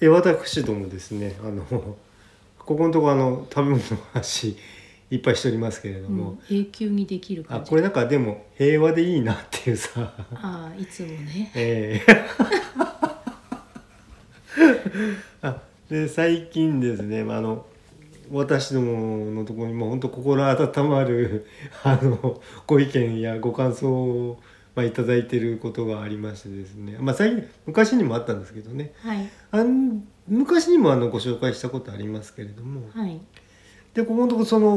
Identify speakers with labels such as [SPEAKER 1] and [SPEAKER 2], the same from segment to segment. [SPEAKER 1] え私どもですねあの ここのところあの食べ物の話いっぱいしておりますけれど
[SPEAKER 2] う
[SPEAKER 1] も
[SPEAKER 2] ん、、永久にできる
[SPEAKER 1] あ
[SPEAKER 2] 感じ
[SPEAKER 1] これなんかでも平和でいいなっていうさ
[SPEAKER 2] ああいつもね
[SPEAKER 1] ええ あで最近ですねまああの私どものところにも本当心温まる あのご意見やご感想を、まあ、いただいてることがありましてですね、まあ、最近昔にもあったんですけどね
[SPEAKER 2] はい
[SPEAKER 1] あん昔にもあのご紹介したことありますけれども、
[SPEAKER 2] はい
[SPEAKER 1] でここのとこその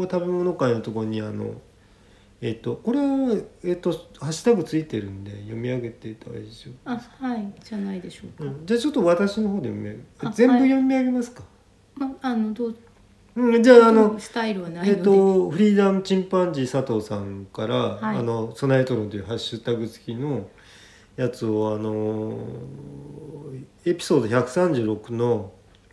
[SPEAKER 1] お食べ物会のところにあのえっとこれはえっとハッシュタグついてるんで読み上げていただいてしょ
[SPEAKER 2] あはいじゃないでしょうか、
[SPEAKER 1] うん、じゃあちょっと私の方で読み上げ
[SPEAKER 2] あ
[SPEAKER 1] 全部
[SPEAKER 2] はい
[SPEAKER 1] 読み上げますか、
[SPEAKER 2] まあのどう
[SPEAKER 1] うん、じゃああ
[SPEAKER 2] ど
[SPEAKER 1] の
[SPEAKER 2] うスタイルはない
[SPEAKER 1] え
[SPEAKER 2] の
[SPEAKER 1] っ
[SPEAKER 2] で、
[SPEAKER 1] とフリーダムチンパンジー佐藤さんから「
[SPEAKER 2] はい
[SPEAKER 1] あのソナエトロン」というハッシュタグ付きのやつをあのーエピソード136の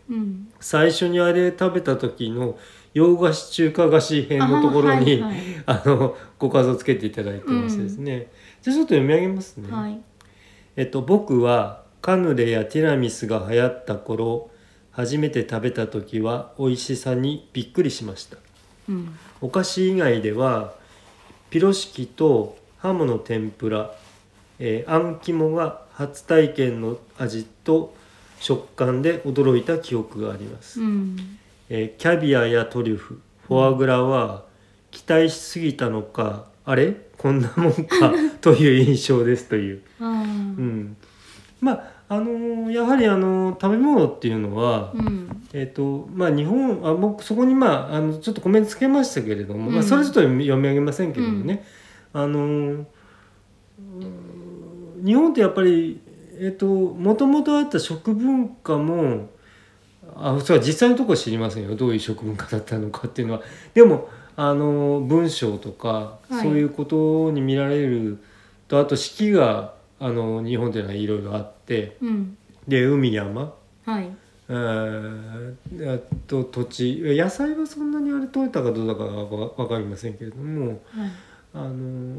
[SPEAKER 2] うん
[SPEAKER 1] 最初にあれ食べた時の洋菓子中華菓子編のところに、
[SPEAKER 2] あはい
[SPEAKER 1] あのご感想つけていただいてましてですね、じゃあちょっと読み上げますね、
[SPEAKER 2] はい、はい
[SPEAKER 1] えっと僕はカヌレやティラミスが流行った頃初めて食べた時は美味しさにびっくりしました
[SPEAKER 2] うん
[SPEAKER 1] お菓子以外ではピロシキとハモの天ぷら、えーあん肝が初体験の味と食感で驚いた記憶があります、
[SPEAKER 2] うん
[SPEAKER 1] えーキャビアやトリュフフォアグラは期待しすぎたのかあれこんなもんかという印象ですという、
[SPEAKER 2] あー
[SPEAKER 1] うん、まああのーやはり、あのー食べ物っていうのは、
[SPEAKER 2] うん
[SPEAKER 1] えっ、とまあ日本あ僕そこにまああのちょっとコメントつけましたけれども、ま
[SPEAKER 2] う
[SPEAKER 1] あ
[SPEAKER 2] ん
[SPEAKER 1] それちょっと読み読み上げませんけれどもね、あのーうん日本ってやっぱりえっ、ともともとあった食文化もあそれは実際のところは知りませんよどういう食文化だったのかっていうのはでもあのー文章とか、
[SPEAKER 2] はい
[SPEAKER 1] そういうことに見られるとあと四季があの日本っていうのはいろいろあって
[SPEAKER 2] うん
[SPEAKER 1] で海山
[SPEAKER 2] はい
[SPEAKER 1] えーえっと土地野菜はそんなにあれ取れたかどうだかはわわかりませんけれども
[SPEAKER 2] はい
[SPEAKER 1] あの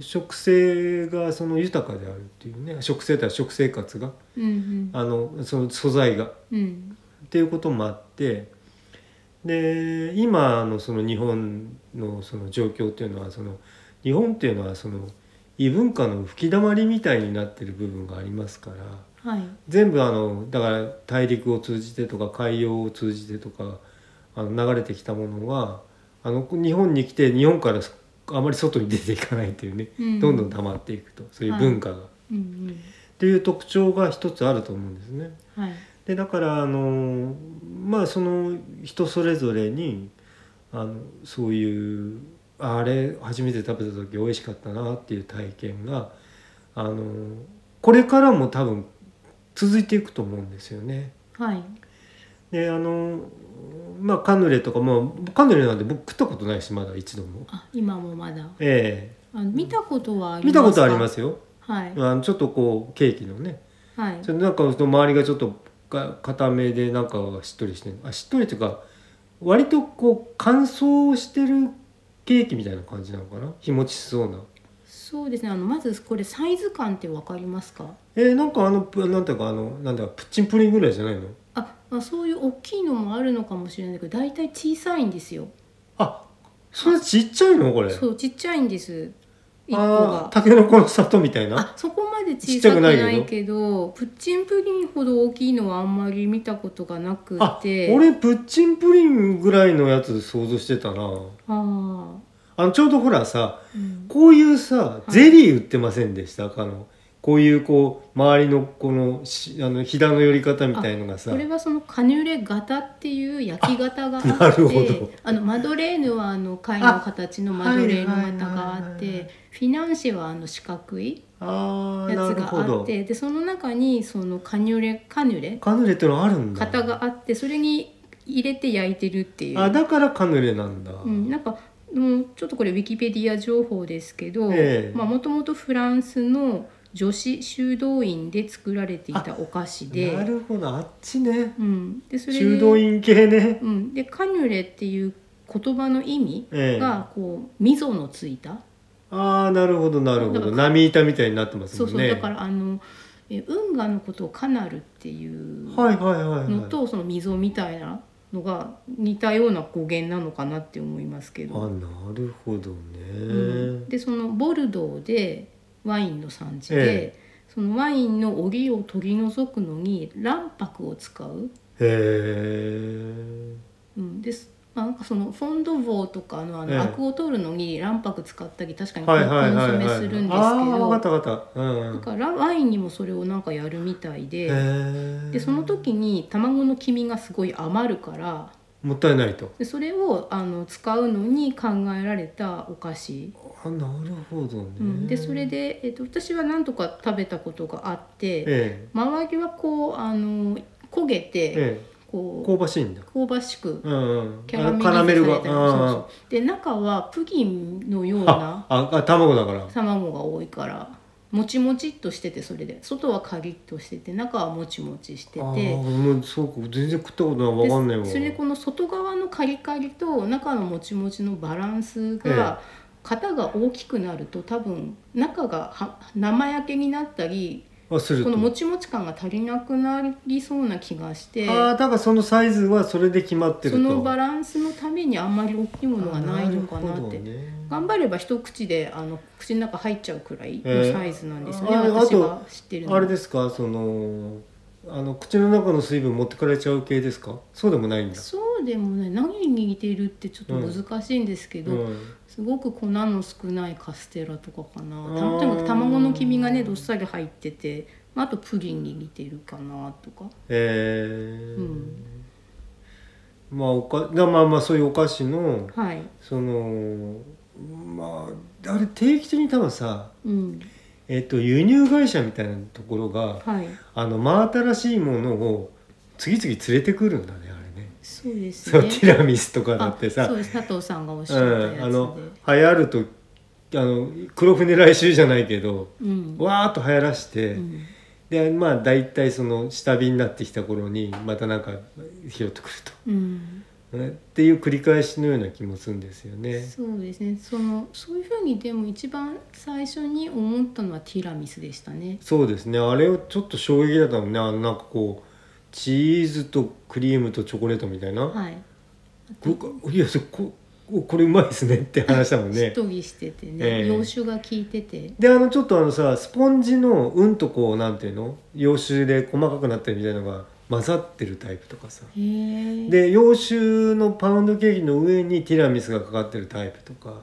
[SPEAKER 1] 食性がその豊かであるっていうね食性とは食生活が
[SPEAKER 2] うん
[SPEAKER 1] あのその素材がっ
[SPEAKER 2] うんうん
[SPEAKER 1] ていうこともあってで今のその日本のその状況っていうのはその日本っていうのはその異文化の吹き溜まりみたいになってる部分がありますから。
[SPEAKER 2] はい
[SPEAKER 1] 全部あのだから大陸を通じてとか海洋を通じてとかあの流れてきたものはあの日本に来て日本からそあまり外に出ていかないというね、
[SPEAKER 2] うん
[SPEAKER 1] どんどん溜まっていくとそういう文化が、
[SPEAKER 2] うんうん
[SPEAKER 1] っていう特徴が一つあると思うんですね。
[SPEAKER 2] はい
[SPEAKER 1] でだからあのまあその人それぞれにあのそういうあれ初めて食べた時美味しかったなっていう体験があのこれからも多分続いていくと思うんですよね。
[SPEAKER 2] はい
[SPEAKER 1] であのまあカヌレとか、まあ、カヌレなんて僕食ったことないしまだ一度も。
[SPEAKER 2] あ今もまだ
[SPEAKER 1] え
[SPEAKER 2] あ見たことはあ
[SPEAKER 1] え
[SPEAKER 2] り
[SPEAKER 1] 見
[SPEAKER 2] ます
[SPEAKER 1] たことありますすよ。
[SPEAKER 2] はい
[SPEAKER 1] あのちょっとこうケーキのね
[SPEAKER 2] はい
[SPEAKER 1] それなんかその周りがちょっとか固めでなんかしっとりしてるあしっとりっていうか割とこう乾燥してるケーキみたいな感じなのかな日持ちしそうな
[SPEAKER 2] そうですねあのまずこれサイズ感ってわかりますか
[SPEAKER 1] えーなんかあのぷなんていうかあのなんだかプッチンプリンぐらいじゃないの
[SPEAKER 2] あまあそういう大きいのもあるのかもしれないけど大体小さいんですよ
[SPEAKER 1] あそれちっちゃいのこれ
[SPEAKER 2] そうちっちゃいんです一個
[SPEAKER 1] あ
[SPEAKER 2] が
[SPEAKER 1] たけのこの里みたいな
[SPEAKER 2] あそこまで
[SPEAKER 1] ちっ
[SPEAKER 2] 小
[SPEAKER 1] ちゃ
[SPEAKER 2] さ
[SPEAKER 1] く
[SPEAKER 2] く
[SPEAKER 1] な
[SPEAKER 2] ないい
[SPEAKER 1] けど
[SPEAKER 2] けどプッチンプリンほど大きいのはあんまり見たことがなく
[SPEAKER 1] あ
[SPEAKER 2] て
[SPEAKER 1] 俺プッチンプリンぐらいのやつ想像してたな
[SPEAKER 2] あー、
[SPEAKER 1] あのちょうどほらさ
[SPEAKER 2] うん、
[SPEAKER 1] こういうさ
[SPEAKER 2] い
[SPEAKER 1] ゼリー売ってませんでしたかのこういうこう周りのこのしあのひだの寄り方みたいのがさ
[SPEAKER 2] これはそのカヌレ型っていう焼き型があって
[SPEAKER 1] あなるほど
[SPEAKER 2] あのマドレーヌはあの貝の形のマドレー
[SPEAKER 1] あはいはい
[SPEAKER 2] ヌ型
[SPEAKER 1] は
[SPEAKER 2] が
[SPEAKER 1] いはい
[SPEAKER 2] あってフィナンシェはあの四角い
[SPEAKER 1] ああ
[SPEAKER 2] やつ
[SPEAKER 1] なる
[SPEAKER 2] が
[SPEAKER 1] ほ
[SPEAKER 2] あっ
[SPEAKER 1] ど
[SPEAKER 2] てでその中にそのカヌレカヌレ
[SPEAKER 1] カヌレってのあるんだ
[SPEAKER 2] 型があってそれに入れて焼いてるっていう。
[SPEAKER 1] あだからカヌレなんだ、
[SPEAKER 2] うん、なんかもうちょっとこれウィキペディア情報ですけど
[SPEAKER 1] ええ
[SPEAKER 2] もともとフランスの女子修道院で作られていたお菓子で
[SPEAKER 1] なるほどあっちね
[SPEAKER 2] うん、でそれで
[SPEAKER 1] 修道院系ね
[SPEAKER 2] うん、でカニュレっていう言葉の意味
[SPEAKER 1] ええ
[SPEAKER 2] がこう溝のついた、
[SPEAKER 1] ああなるほどなるほ
[SPEAKER 2] だか
[SPEAKER 1] ど
[SPEAKER 2] ら
[SPEAKER 1] 波板みたいになってます
[SPEAKER 2] そ
[SPEAKER 1] も
[SPEAKER 2] うん
[SPEAKER 1] ね
[SPEAKER 2] そう、だからあのえ運河のことをカナルっていう
[SPEAKER 1] はいはいはいはい
[SPEAKER 2] のと、その溝みたいなのが似たような語源なのかなって思いますけ
[SPEAKER 1] あ
[SPEAKER 2] ど、
[SPEAKER 1] なるほどね、
[SPEAKER 2] うんでそのボルドーでワインの産地で、
[SPEAKER 1] え
[SPEAKER 2] そのワインの檻を取り除くのに卵白を使う、
[SPEAKER 1] へえ
[SPEAKER 2] うん、ですまあ、なんかそのフォンドボーとかのあの、
[SPEAKER 1] ええ
[SPEAKER 2] アクを取るのに卵白使ったり確かにコン
[SPEAKER 1] はい
[SPEAKER 2] コ
[SPEAKER 1] はい
[SPEAKER 2] ン
[SPEAKER 1] は
[SPEAKER 2] ソ
[SPEAKER 1] い
[SPEAKER 2] メ
[SPEAKER 1] は
[SPEAKER 2] するんですけ
[SPEAKER 1] い
[SPEAKER 2] ど、
[SPEAKER 1] ああ分かった分かったうん
[SPEAKER 2] だからワインにもそれをなんかやるみたい
[SPEAKER 1] へ
[SPEAKER 2] で
[SPEAKER 1] え
[SPEAKER 2] でその時に卵の黄身がすごい余るから
[SPEAKER 1] もったいないと
[SPEAKER 2] でそれをあの使うのに考えられたお菓子、
[SPEAKER 1] あなるほどね、
[SPEAKER 2] うん、でそれで、えっと、私は何とか食べたことがあって
[SPEAKER 1] え
[SPEAKER 2] 周りはこうあの焦げ
[SPEAKER 1] え
[SPEAKER 2] て
[SPEAKER 1] ええ
[SPEAKER 2] こ
[SPEAKER 1] 香ばしいんだ
[SPEAKER 2] う香ばしく
[SPEAKER 1] うんうん
[SPEAKER 2] キャラメ
[SPEAKER 1] あカラメ
[SPEAKER 2] リ
[SPEAKER 1] ル
[SPEAKER 2] ゼさ
[SPEAKER 1] が
[SPEAKER 2] れたりそうそうで中はプギンのよう
[SPEAKER 1] うん
[SPEAKER 2] な
[SPEAKER 1] あああ卵だから
[SPEAKER 2] 卵が多いからもちもちっとしててそれで外はカリッとしてて中はもちもちして
[SPEAKER 1] あ
[SPEAKER 2] て
[SPEAKER 1] ーもうそうか全然食ったことないわ
[SPEAKER 2] で
[SPEAKER 1] かんないわ
[SPEAKER 2] それでこの外側のカリカリと中のもちもちのバランスが、型が大きくなると多分中がは生焼けになったり
[SPEAKER 1] あする
[SPEAKER 2] ことのもちもち感が足りなくなりそうな気がして
[SPEAKER 1] ああだからそのサイズはそれで決まってる
[SPEAKER 2] そ
[SPEAKER 1] と
[SPEAKER 2] のバランスのためにあんまり大きいものがないのかなって。
[SPEAKER 1] あるほどね
[SPEAKER 2] 頑張れば一口であの口の中入っちゃうくらいのサイズなんですよね、
[SPEAKER 1] えーあ
[SPEAKER 2] 私
[SPEAKER 1] あ
[SPEAKER 2] が知ってるのは
[SPEAKER 1] あれですかそのあの口の中の水分持ってかれちゃう系ですかそうでもないんだ
[SPEAKER 2] そうでもね何に似てるってちょっと難しいんですけど、
[SPEAKER 1] うん
[SPEAKER 2] すごく粉の少ないカステラとかかな
[SPEAKER 1] あー
[SPEAKER 2] たとにかく卵の黄身がねどっさり入ってて、まあ、あとプリンに似てるかなとか
[SPEAKER 1] えー
[SPEAKER 2] うん
[SPEAKER 1] まあおかだまあまあそういうお菓子の
[SPEAKER 2] はい
[SPEAKER 1] そのまああれ定期的に多分さ
[SPEAKER 2] うん
[SPEAKER 1] えっと輸入会社みたいなところが
[SPEAKER 2] はい
[SPEAKER 1] あの真新しいものを次々連れてくるんだねあれね
[SPEAKER 2] そうで す
[SPEAKER 1] そう
[SPEAKER 2] ね
[SPEAKER 1] ティラミスとかだ
[SPEAKER 2] あ
[SPEAKER 1] ってさ
[SPEAKER 2] そうです佐藤さんがおっしゃったやつ
[SPEAKER 1] うん
[SPEAKER 2] で、
[SPEAKER 1] あの流行るとあの黒船来襲じゃないけど
[SPEAKER 2] うん
[SPEAKER 1] わーっと流行らして、
[SPEAKER 2] うん
[SPEAKER 1] でまあ大体その下火になってきた頃にまたなんか拾ってくる
[SPEAKER 2] うん
[SPEAKER 1] と、ねっていう繰り返しのような気もするんですよね。
[SPEAKER 2] そうですねそのそういうふうにでも一番最初に思ったのはティラミスでしたね
[SPEAKER 1] そうですねあれをちょっと衝撃だったもんねあのなんかこうチーズとクリームとチョコレートみたいな、
[SPEAKER 2] はい
[SPEAKER 1] こいやそここれうまいですねって話だもん
[SPEAKER 2] しっ
[SPEAKER 1] ね。
[SPEAKER 2] とりしててね、
[SPEAKER 1] ええ
[SPEAKER 2] 洋酒が効いてて
[SPEAKER 1] であのちょっとあのさスポンジのうんとこうなんていうの洋酒で細かくなってるみたいなのが混ざってるタイプとかさ
[SPEAKER 2] へえ
[SPEAKER 1] で洋酒のパウンドケーキの上にティラミスがかかってるタイプとか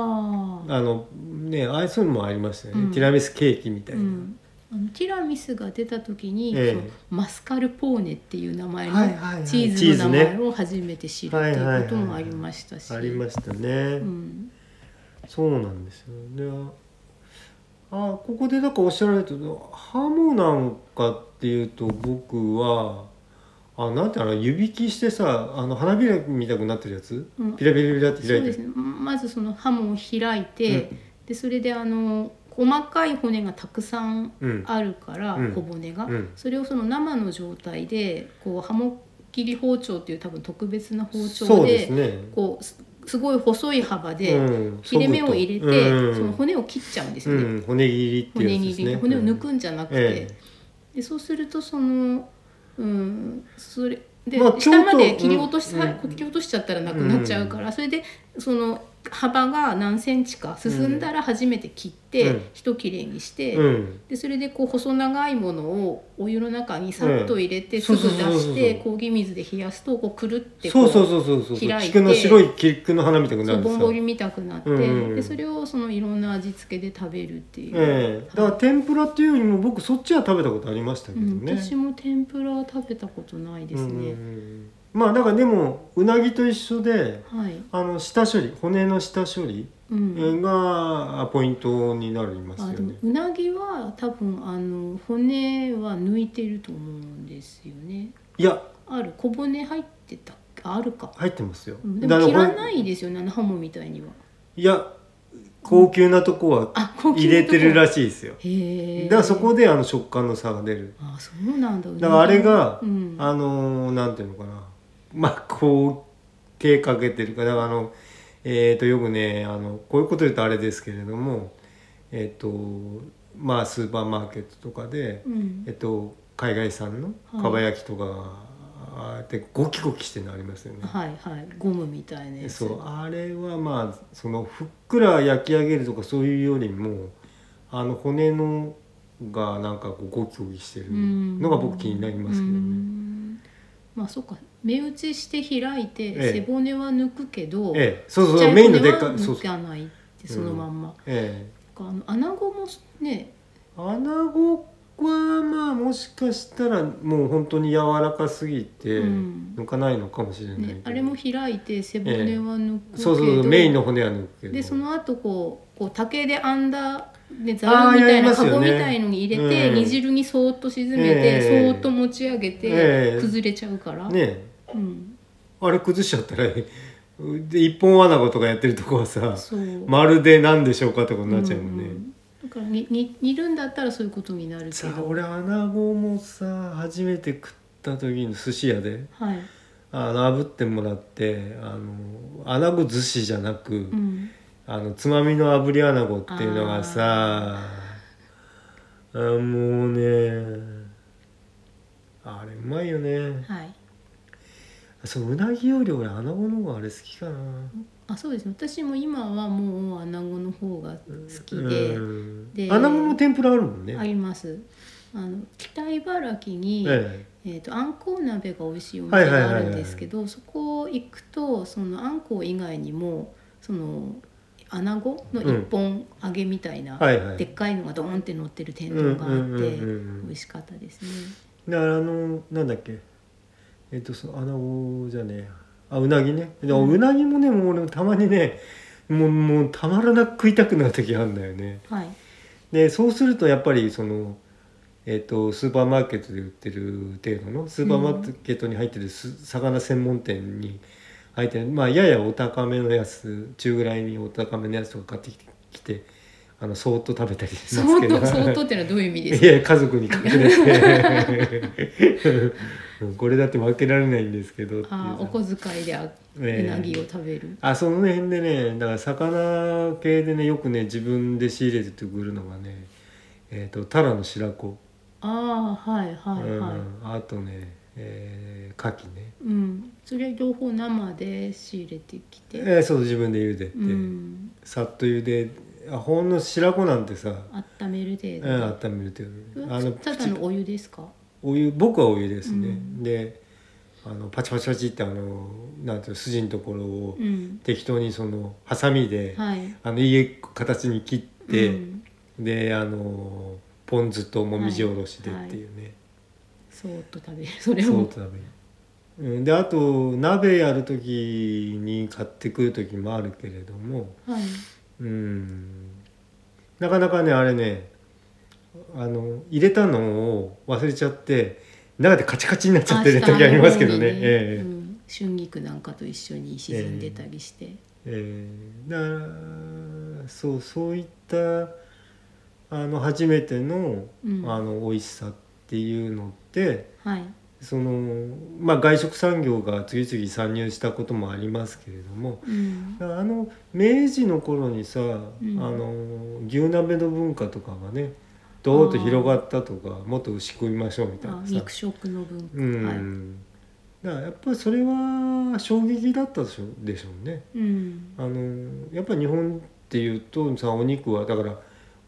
[SPEAKER 2] ああ、
[SPEAKER 1] あのねああそういうのもありましたよね、
[SPEAKER 2] うん
[SPEAKER 1] ティラミスケーキみたいうな、
[SPEAKER 2] ん、あのティラミスが出た時に、
[SPEAKER 1] ええ
[SPEAKER 2] そのマスカルポーネっていう名前の
[SPEAKER 1] はいはいはい
[SPEAKER 2] チーズの名前を初めて知るっていうこともありましたし、
[SPEAKER 1] ありましたね、
[SPEAKER 2] うん、
[SPEAKER 1] そうなんですよでああここでなんかおっしゃられたのハモなんかっていうと僕はあなんていうの湯引きしてさあの花びらみたくなってるやつ、
[SPEAKER 2] うん
[SPEAKER 1] ピラピラピラって
[SPEAKER 2] そう
[SPEAKER 1] 開い
[SPEAKER 2] で
[SPEAKER 1] て
[SPEAKER 2] すねまずそのハモを開いて、
[SPEAKER 1] うん
[SPEAKER 2] でそれであの細かい骨がたくさん
[SPEAKER 1] うん
[SPEAKER 2] あるから、
[SPEAKER 1] うん
[SPEAKER 2] 小骨が、
[SPEAKER 1] うん
[SPEAKER 2] それをその生の状態でこうハモ切り包丁っていう多分特別な包
[SPEAKER 1] そ
[SPEAKER 2] 丁
[SPEAKER 1] う
[SPEAKER 2] で
[SPEAKER 1] ですね
[SPEAKER 2] こうすすごい細い幅で、
[SPEAKER 1] うん
[SPEAKER 2] 切れ目を入れて、
[SPEAKER 1] そぐとうん
[SPEAKER 2] その骨を切っちゃうんですよね、
[SPEAKER 1] うん、骨切りって
[SPEAKER 2] 骨
[SPEAKER 1] いうやつで
[SPEAKER 2] 切
[SPEAKER 1] す
[SPEAKER 2] り、
[SPEAKER 1] ね
[SPEAKER 2] 骨を抜くんじゃなくて、
[SPEAKER 1] え
[SPEAKER 2] でそうするとそのうんそれで、
[SPEAKER 1] まあちょっ
[SPEAKER 2] 下
[SPEAKER 1] と
[SPEAKER 2] まで切り落とし、
[SPEAKER 1] うんうん
[SPEAKER 2] 切り落としちゃったらなくなっちゃうから、それでその幅が何センチか進んだら初めて切って、
[SPEAKER 1] うん
[SPEAKER 2] 一切れにして、
[SPEAKER 1] えうん
[SPEAKER 2] でそれでこう細長いものをお湯の中にさっと入れ
[SPEAKER 1] う
[SPEAKER 2] て
[SPEAKER 1] ん
[SPEAKER 2] すぐ出
[SPEAKER 1] そうそうそうそう
[SPEAKER 2] し
[SPEAKER 1] そう
[SPEAKER 2] て氷水で冷やすとこうくるってこ
[SPEAKER 1] そうそうそうそうそう
[SPEAKER 2] 開いて
[SPEAKER 1] 菊の白い菊の花みたいにな
[SPEAKER 2] そ
[SPEAKER 1] る
[SPEAKER 2] うん
[SPEAKER 1] で
[SPEAKER 2] ぼ
[SPEAKER 1] す
[SPEAKER 2] ん
[SPEAKER 1] よ
[SPEAKER 2] ぼりみたくなって、
[SPEAKER 1] うんうんうん
[SPEAKER 2] でそれをそのいろんな味付けで食べるっていう、
[SPEAKER 1] ええだから天ぷらっていうよりも僕そっちは食べたことありましたけ
[SPEAKER 2] う
[SPEAKER 1] どね、
[SPEAKER 2] ん、私も天ぷらは食べたことないです
[SPEAKER 1] う
[SPEAKER 2] ね、
[SPEAKER 1] んまあだからでもうなぎと一緒で
[SPEAKER 2] はい、
[SPEAKER 1] あの下処理骨の下処理
[SPEAKER 2] うん
[SPEAKER 1] がポイントになりますよ
[SPEAKER 2] あでも
[SPEAKER 1] ね。
[SPEAKER 2] うなぎは多分あの骨は抜いてると思うんですよね
[SPEAKER 1] いや
[SPEAKER 2] ある小骨入ってたっけあるか、
[SPEAKER 1] 入ってますよ。
[SPEAKER 2] うんでも
[SPEAKER 1] だ
[SPEAKER 2] 切
[SPEAKER 1] から
[SPEAKER 2] ら
[SPEAKER 1] これ
[SPEAKER 2] ないですよねあのハモみたいにはい
[SPEAKER 1] や高級なとこは
[SPEAKER 2] あ高級
[SPEAKER 1] 入れてるら
[SPEAKER 2] し
[SPEAKER 1] しいですよ。
[SPEAKER 2] へえ
[SPEAKER 1] だからそこであの食感の差が出る。
[SPEAKER 2] あそうなんだ
[SPEAKER 1] だからあれが、
[SPEAKER 2] うん、
[SPEAKER 1] あのーなんていうのかなまあこう手かけてるかだからあのえっ、とよくねあのこういうこと言うとあれですけれどもえっ、とまあスーパーマーケットとかで、
[SPEAKER 2] うん
[SPEAKER 1] えっと、海外産の
[SPEAKER 2] はい
[SPEAKER 1] かば焼きとかでゴキゴキしてるのありますよね、
[SPEAKER 2] はいはいゴムみたいなやつ
[SPEAKER 1] そうあれはまあそのふっくら焼き上げるとかそういうよりもあの骨のがなんかこうゴキゴキしてるのが僕気になりますけど
[SPEAKER 2] う
[SPEAKER 1] ね。
[SPEAKER 2] んまあそうか目打ちして開いて、
[SPEAKER 1] ええ
[SPEAKER 2] 背骨は抜くけど、
[SPEAKER 1] ええ、そうそう
[SPEAKER 2] ちっちゃい
[SPEAKER 1] メインのでっ
[SPEAKER 2] 骨
[SPEAKER 1] か
[SPEAKER 2] はい
[SPEAKER 1] そうそ
[SPEAKER 2] 抜
[SPEAKER 1] う、
[SPEAKER 2] かないってそのまんま、
[SPEAKER 1] ええ、
[SPEAKER 2] あの穴子もね
[SPEAKER 1] 穴子はまあもしかしたらもう本当に柔らかすぎて
[SPEAKER 2] うん
[SPEAKER 1] 抜かないのかもしれないけど、
[SPEAKER 2] ねあれも開いて背骨は抜くけど、
[SPEAKER 1] そうそうそうメインの骨は抜くけど
[SPEAKER 2] でその後こうこう竹で編んだね
[SPEAKER 1] あ
[SPEAKER 2] ざ
[SPEAKER 1] ー
[SPEAKER 2] るみたい
[SPEAKER 1] やりま
[SPEAKER 2] な
[SPEAKER 1] す
[SPEAKER 2] カ
[SPEAKER 1] よ
[SPEAKER 2] ゴ
[SPEAKER 1] ね
[SPEAKER 2] みたいのに入れて、
[SPEAKER 1] うん
[SPEAKER 2] 煮汁にそーっと沈め
[SPEAKER 1] え
[SPEAKER 2] て、
[SPEAKER 1] え
[SPEAKER 2] そーっと持ち上げて、
[SPEAKER 1] ええ
[SPEAKER 2] 崩れちゃうから、
[SPEAKER 1] ね
[SPEAKER 2] うん、
[SPEAKER 1] あれ崩しちゃったらで一本穴子とかやってるとこはさ
[SPEAKER 2] そう、
[SPEAKER 1] まるで何でしょうかってことになっちゃうもんね、
[SPEAKER 2] んだからにに煮るんだったらそういうことになるけ
[SPEAKER 1] さあ
[SPEAKER 2] ど
[SPEAKER 1] 俺穴子もさ初めて食った時に寿司屋で
[SPEAKER 2] はい、
[SPEAKER 1] あの炙ってもらってあの穴子寿司じゃなく、
[SPEAKER 2] うん、
[SPEAKER 1] あのつまみの炙り穴子っていうのがさあもうねあれうまいよね
[SPEAKER 2] はい
[SPEAKER 1] そううなぎより俺穴子の方があれ好きかな
[SPEAKER 2] あそうですね私も今はもう穴子の方が好きで、
[SPEAKER 1] うん
[SPEAKER 2] で
[SPEAKER 1] 穴子も天ぷらあるもんね
[SPEAKER 2] ありますあの北茨城に、
[SPEAKER 1] え
[SPEAKER 2] えー、とあんこう鍋が美味しいお店があるんですけどそこ行くとそのあんこう以外にもその穴子の一本揚げみたいな、
[SPEAKER 1] えはいはい
[SPEAKER 2] でっかいのがドーンって乗ってる天丼があって、
[SPEAKER 1] うんうんうんうん
[SPEAKER 2] 美味しかったですね
[SPEAKER 1] だからあのなんだっけえっとその穴子じゃねえやあうなぎねでも
[SPEAKER 2] うん
[SPEAKER 1] うなぎもねもう俺たまにねもうもうたまらなく食いたくなる時あるんだよね
[SPEAKER 2] はい
[SPEAKER 1] でそうするとやっぱりその、えっとスーパーマーケットで売ってる程度のスーパーマーケットに入ってるす、魚専門店に入ってる、まあ、ややお高めのやつ中ぐらいにお高めのやつとか買ってきてきてあのそーっと食べたりし
[SPEAKER 2] 相
[SPEAKER 1] ますけど
[SPEAKER 2] 当相当ってのはどういう意味で す
[SPEAKER 1] い
[SPEAKER 2] か
[SPEAKER 1] や家族に隠れて これだって分けられないんですけどっていう
[SPEAKER 2] あーお小遣いであうなぎを食べる、
[SPEAKER 1] あその辺でねだから魚系でねよくね自分で仕入れてくるのがねえっ、とタラの白子、
[SPEAKER 2] ああはいはいはい、
[SPEAKER 1] うん、あとねえー牡蠣、ね、
[SPEAKER 2] うん、それ両方生で仕入れてきて、
[SPEAKER 1] えーそう自分で茹でて、
[SPEAKER 2] うん、
[SPEAKER 1] さっと茹であほんの白子なんてさ、
[SPEAKER 2] 温める程
[SPEAKER 1] うん、
[SPEAKER 2] 度で、
[SPEAKER 1] 温めるといううんあの
[SPEAKER 2] ただのお湯ですか
[SPEAKER 1] お湯僕はお湯ですね、
[SPEAKER 2] うん
[SPEAKER 1] であのパチパチパチってあのなんていうの筋のところを
[SPEAKER 2] うん
[SPEAKER 1] 適当にそのハサミで、
[SPEAKER 2] はい
[SPEAKER 1] あのいい形に切って、
[SPEAKER 2] うん、
[SPEAKER 1] であのポン酢ともみじおろしでっていうね、
[SPEAKER 2] そーっと食べる それ
[SPEAKER 1] そう
[SPEAKER 2] を
[SPEAKER 1] と食べるうんであと鍋やる時に買ってくる時もあるけれども
[SPEAKER 2] はい
[SPEAKER 1] うんなかなかねあれねあの入れたのを忘れちゃって中でカチカチになっちゃってる時ありますけどね。
[SPEAKER 2] 明日の方に
[SPEAKER 1] ええ
[SPEAKER 2] うん、春菊なんかと一緒に沈んでたりして、
[SPEAKER 1] えーだからそうそういったあの初めての,、
[SPEAKER 2] うん
[SPEAKER 1] あの美味しさっていうのって
[SPEAKER 2] はい
[SPEAKER 1] その、まあ、外食産業が次々参入したこともありますけれども
[SPEAKER 2] うん
[SPEAKER 1] だからあの明治の頃にさ、
[SPEAKER 2] ん
[SPEAKER 1] あの牛鍋の文化とかがねどーっと広がったとかもっと牛食いましょうみたい
[SPEAKER 2] あ
[SPEAKER 1] なさ
[SPEAKER 2] 肉。食の文化、
[SPEAKER 1] う
[SPEAKER 2] はい
[SPEAKER 1] んだからやっぱりそれは衝撃だったでしょでしょうね。
[SPEAKER 2] うん
[SPEAKER 1] あのやっぱり日本っていうとさお肉はだから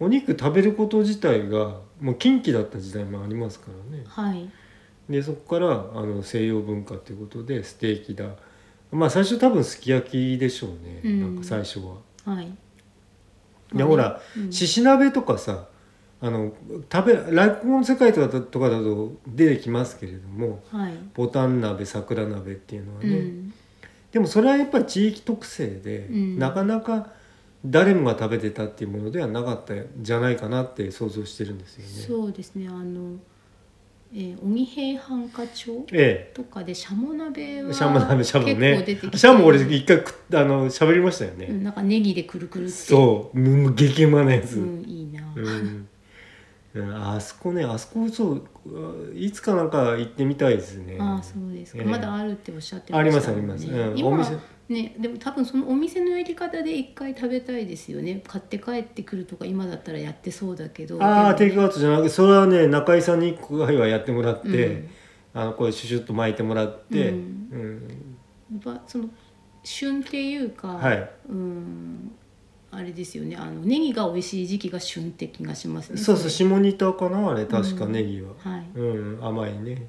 [SPEAKER 1] お肉食べること自体がもう禁忌だった時代もありますからね
[SPEAKER 2] はい
[SPEAKER 1] でそこからあの西洋文化っていうことでステーキだまあ最初多分すき焼きでしょうね、
[SPEAKER 2] うん
[SPEAKER 1] なんか最初は。
[SPEAKER 2] はい
[SPEAKER 1] でほら、
[SPEAKER 2] うん
[SPEAKER 1] しし鍋とかさあの食べ落語の世界とかだとかだと出てきますけれども
[SPEAKER 2] はい、
[SPEAKER 1] ボタン鍋桜鍋っていうのは
[SPEAKER 2] う
[SPEAKER 1] ね、
[SPEAKER 2] ん
[SPEAKER 1] でもそれはやっぱり地域特性で、
[SPEAKER 2] うん
[SPEAKER 1] なかなか誰もが食べてたっていうものではなかったんじゃないかなって想像してるんですよね。
[SPEAKER 2] そうですねあの、えー、鬼平犯科町
[SPEAKER 1] え
[SPEAKER 2] とかでしゃも鍋
[SPEAKER 1] え、
[SPEAKER 2] は
[SPEAKER 1] シャモ鍋シャモ
[SPEAKER 2] 結構出
[SPEAKER 1] ね
[SPEAKER 2] てきて。
[SPEAKER 1] シャモ俺一回食っあの喋りましたよね。
[SPEAKER 2] うんなんかネギでくるくるって
[SPEAKER 1] そう、む激うまなやつ。
[SPEAKER 2] うん、いいな、
[SPEAKER 1] うんうんあそこね、あそこそうあいつかなんか行ってみたいですね。
[SPEAKER 2] ああそうですか、
[SPEAKER 1] ええ
[SPEAKER 2] まだあるっておっしゃって
[SPEAKER 1] ありますあ
[SPEAKER 2] も
[SPEAKER 1] り
[SPEAKER 2] んね
[SPEAKER 1] ます。うん、お
[SPEAKER 2] 今
[SPEAKER 1] 店
[SPEAKER 2] ね、でも多分そのお店のやり方で一回食べたいですよね買って帰ってくるとか今だったらやってそうだけど
[SPEAKER 1] ああ
[SPEAKER 2] で
[SPEAKER 1] テ
[SPEAKER 2] も
[SPEAKER 1] イクアウトじゃなくてそれはね中井さんに今回はやってもらって、
[SPEAKER 2] うん
[SPEAKER 1] あのこれシュシュッと巻いてもらって、う
[SPEAKER 2] う
[SPEAKER 1] んん
[SPEAKER 2] やっぱその旬っていうか、
[SPEAKER 1] はい、
[SPEAKER 2] うんあれですよねあのネギが美味しい時期が旬って気がしますね
[SPEAKER 1] そうそう
[SPEAKER 2] れ
[SPEAKER 1] 下仁田かなあれ確か
[SPEAKER 2] うん
[SPEAKER 1] ネギは、
[SPEAKER 2] はい
[SPEAKER 1] うん甘いね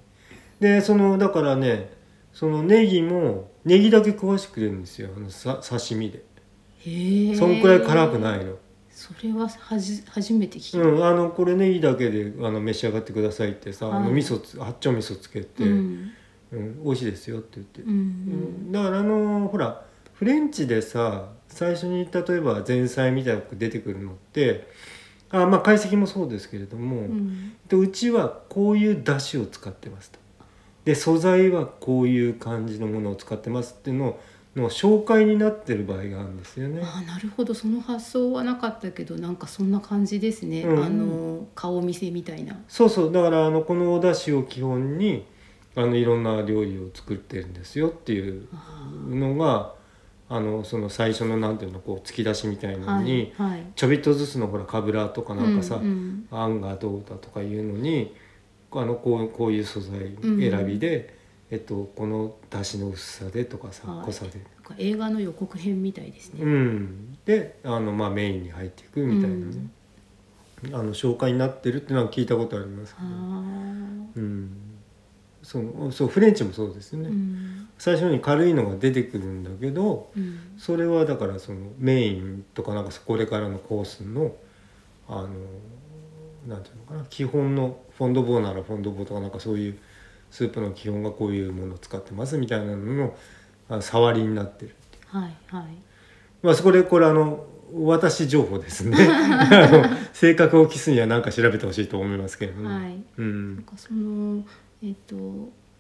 [SPEAKER 1] でそのだからねそのネギもネギだけ食わしてくれるんですよあのさ刺身で
[SPEAKER 2] へえ
[SPEAKER 1] そんくらい辛くないの、
[SPEAKER 2] それははじ初めて聞いた、
[SPEAKER 1] うんあのこれネギだけであの召し上がってくださいってさ、あ
[SPEAKER 2] は
[SPEAKER 1] の
[SPEAKER 2] い
[SPEAKER 1] 味噌つ八丁味噌つけて、
[SPEAKER 2] う
[SPEAKER 1] うん
[SPEAKER 2] ん
[SPEAKER 1] 美味しいですよって言って
[SPEAKER 2] う、ん
[SPEAKER 1] だからあのほらフレンチでさ最初に例えば前菜みたいなのが出てくるのってあまあ解析もそうですけれども、
[SPEAKER 2] うん
[SPEAKER 1] でうちはこういう出汁を使ってますとで素材はこういう感じのものを使ってますっていうのの紹介になってる場合があるんですよね。
[SPEAKER 2] ああなるほどその発想はなかったけどなんかそんな感じですね、
[SPEAKER 1] うん
[SPEAKER 2] あの顔見せみたいな
[SPEAKER 1] そうそうだからあのこのお出汁を基本にあのいろんな料理を作ってるんですよっていう
[SPEAKER 2] あ
[SPEAKER 1] のがあのその最初のなんていうのこう突き出しみたい
[SPEAKER 2] ー
[SPEAKER 1] なの
[SPEAKER 2] は
[SPEAKER 1] に、
[SPEAKER 2] いはい
[SPEAKER 1] ちょびっとずつのほらかぶらとかなんかさ、
[SPEAKER 2] うんうん
[SPEAKER 1] あんがどうだとかいうのにあのこうこういう素材選びで、えっと、この出汁の薄さでとかさ、
[SPEAKER 2] はい
[SPEAKER 1] 濃さで、
[SPEAKER 2] なんか映画の予告編みたいですね、
[SPEAKER 1] うん、であの、まあ、メインに入っていくみたいなね、あの紹介になってるっていうのは聞いたことありますけど、
[SPEAKER 2] あ
[SPEAKER 1] うん、そうそうフレンチもそうですよ
[SPEAKER 2] あ、
[SPEAKER 1] ね、
[SPEAKER 2] うん
[SPEAKER 1] 最初に軽いのが出てくるんだけど
[SPEAKER 2] うん、
[SPEAKER 1] それはだからそのメインとかなんかこれからのコースのあのなんていうのかな基本のフォンドボーならフォンドボーとかなんかそういうスープの基本がこういうものを使ってますみたいなののあ触りになってる。
[SPEAKER 2] はいはい
[SPEAKER 1] まあそこでこれあの私情報です ねあの正確を期すには何か調べてほしいと思いますけれども、
[SPEAKER 2] はい
[SPEAKER 1] うん
[SPEAKER 2] なんかそのえっ、と、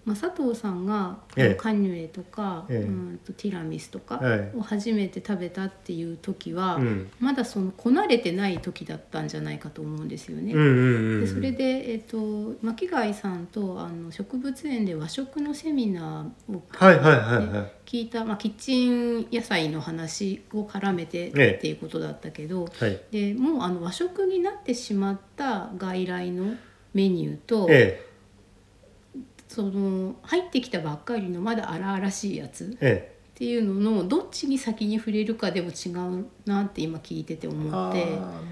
[SPEAKER 2] まあ、佐藤さんが、
[SPEAKER 1] ええ
[SPEAKER 2] カニュエとか、
[SPEAKER 1] ええ
[SPEAKER 2] うんとティラミスとか
[SPEAKER 1] はい
[SPEAKER 2] を初めて食べたっていう時は、
[SPEAKER 1] うん
[SPEAKER 2] まだそのこなれてない時だったんじゃないかと思うんですよね。
[SPEAKER 1] うんうんうん、
[SPEAKER 2] でそれで、えっと巻貝さんとあの植物園で和食のセミナーを
[SPEAKER 1] はいはいはいはい、
[SPEAKER 2] 聞いた、まあ、キッチン野菜の話を絡めてっ
[SPEAKER 1] ええ
[SPEAKER 2] ていうことだったけど、
[SPEAKER 1] はい、
[SPEAKER 2] でもうあの和食になってしまった外来のメニューと、
[SPEAKER 1] え
[SPEAKER 2] その入ってきたばっかりのまだ荒々しいやつ
[SPEAKER 1] ええ
[SPEAKER 2] っていうののどっちに先に触れるかでも違うなって今聞いてて
[SPEAKER 1] え
[SPEAKER 2] 思って、
[SPEAKER 1] あ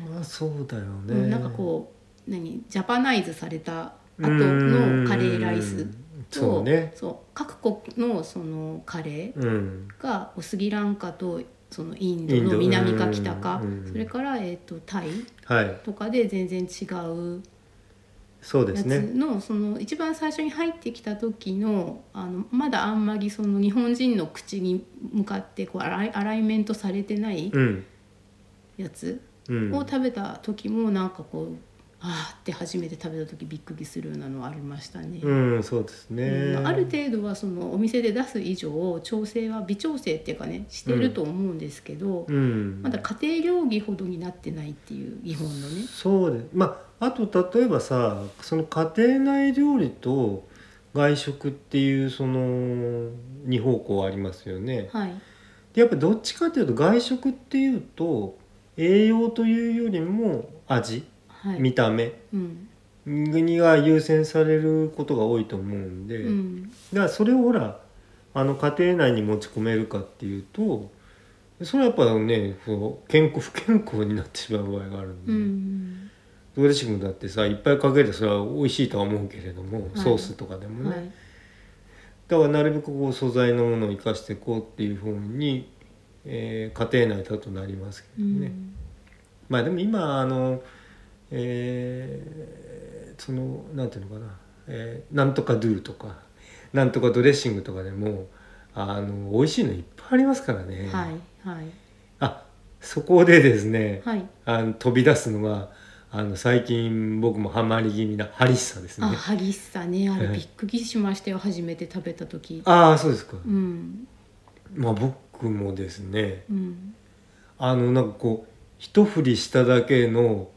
[SPEAKER 1] ーまあそうだよね、
[SPEAKER 2] うんなんかこう何ジャパナイズされた
[SPEAKER 1] う
[SPEAKER 2] 後
[SPEAKER 1] ん
[SPEAKER 2] のカレーライスと
[SPEAKER 1] そうね
[SPEAKER 2] そう各国のそのカレー
[SPEAKER 1] うん
[SPEAKER 2] がおスリランカとそのインド
[SPEAKER 1] イン
[SPEAKER 2] の
[SPEAKER 1] ド
[SPEAKER 2] 南か北か
[SPEAKER 1] うんうん
[SPEAKER 2] それから、えー、とタイ
[SPEAKER 1] はい
[SPEAKER 2] とかで全然違う
[SPEAKER 1] そうで
[SPEAKER 2] や
[SPEAKER 1] す
[SPEAKER 2] つ
[SPEAKER 1] ね
[SPEAKER 2] の,、その一番最初に入ってきた時のあのまだあんまりその日本人の口に向かってこうアライアライメントされてない
[SPEAKER 1] うん
[SPEAKER 2] やつ
[SPEAKER 1] うん
[SPEAKER 2] を食べた時もなんかこう、あーって初めて食べた時びっくりするようなのはありましたね。
[SPEAKER 1] うんそうですね、
[SPEAKER 2] うんある程度はそのお店で出す以上調整は微調整っていうかねしてると思うんですけど、
[SPEAKER 1] うん
[SPEAKER 2] まだ家庭料理ほどになってないっていう日本のね。
[SPEAKER 1] そうでまああと例えばさその家庭内料理と外食っていうその二方向ありますよね。
[SPEAKER 2] はい、
[SPEAKER 1] でやっぱどっちかというと外食っていうと栄養というよりも味、
[SPEAKER 2] はい、
[SPEAKER 1] 見た目
[SPEAKER 2] うん、
[SPEAKER 1] にが優先されることが多いと思うんで、
[SPEAKER 2] うん、
[SPEAKER 1] だからそれをほらあの家庭内に持ち込めるかっていうとそれはやっぱねそう健康不健康になってしまう場合があるんで。
[SPEAKER 2] うん、
[SPEAKER 1] ドレッシングだってさいっぱいかけてそれは美味しいとは思うけれども、
[SPEAKER 2] い
[SPEAKER 1] ソースとかでもね、
[SPEAKER 2] はい。
[SPEAKER 1] だからなるべくこう素材のものを生かしていこうっていうふうに、えー家庭内だとなりますけ
[SPEAKER 2] う
[SPEAKER 1] どね、
[SPEAKER 2] ん
[SPEAKER 1] まあでも今あのえーそのなんていうのかな、えーなんとかドゥとかなんとかドレッシングとかでもあの美味しいのいっぱいありますからね、
[SPEAKER 2] はいはい
[SPEAKER 1] あそこでですね、
[SPEAKER 2] はい。
[SPEAKER 1] あの飛び出すのがあの最近僕もハマり気味なハリッサですね
[SPEAKER 2] あ、ハリッサね、あれ
[SPEAKER 1] はい
[SPEAKER 2] びっくりしましたよ、初めて食べた時。
[SPEAKER 1] ああそうですか、
[SPEAKER 2] うん、
[SPEAKER 1] まあ僕もですね
[SPEAKER 2] うん、
[SPEAKER 1] あのなんかこう一振りしただけの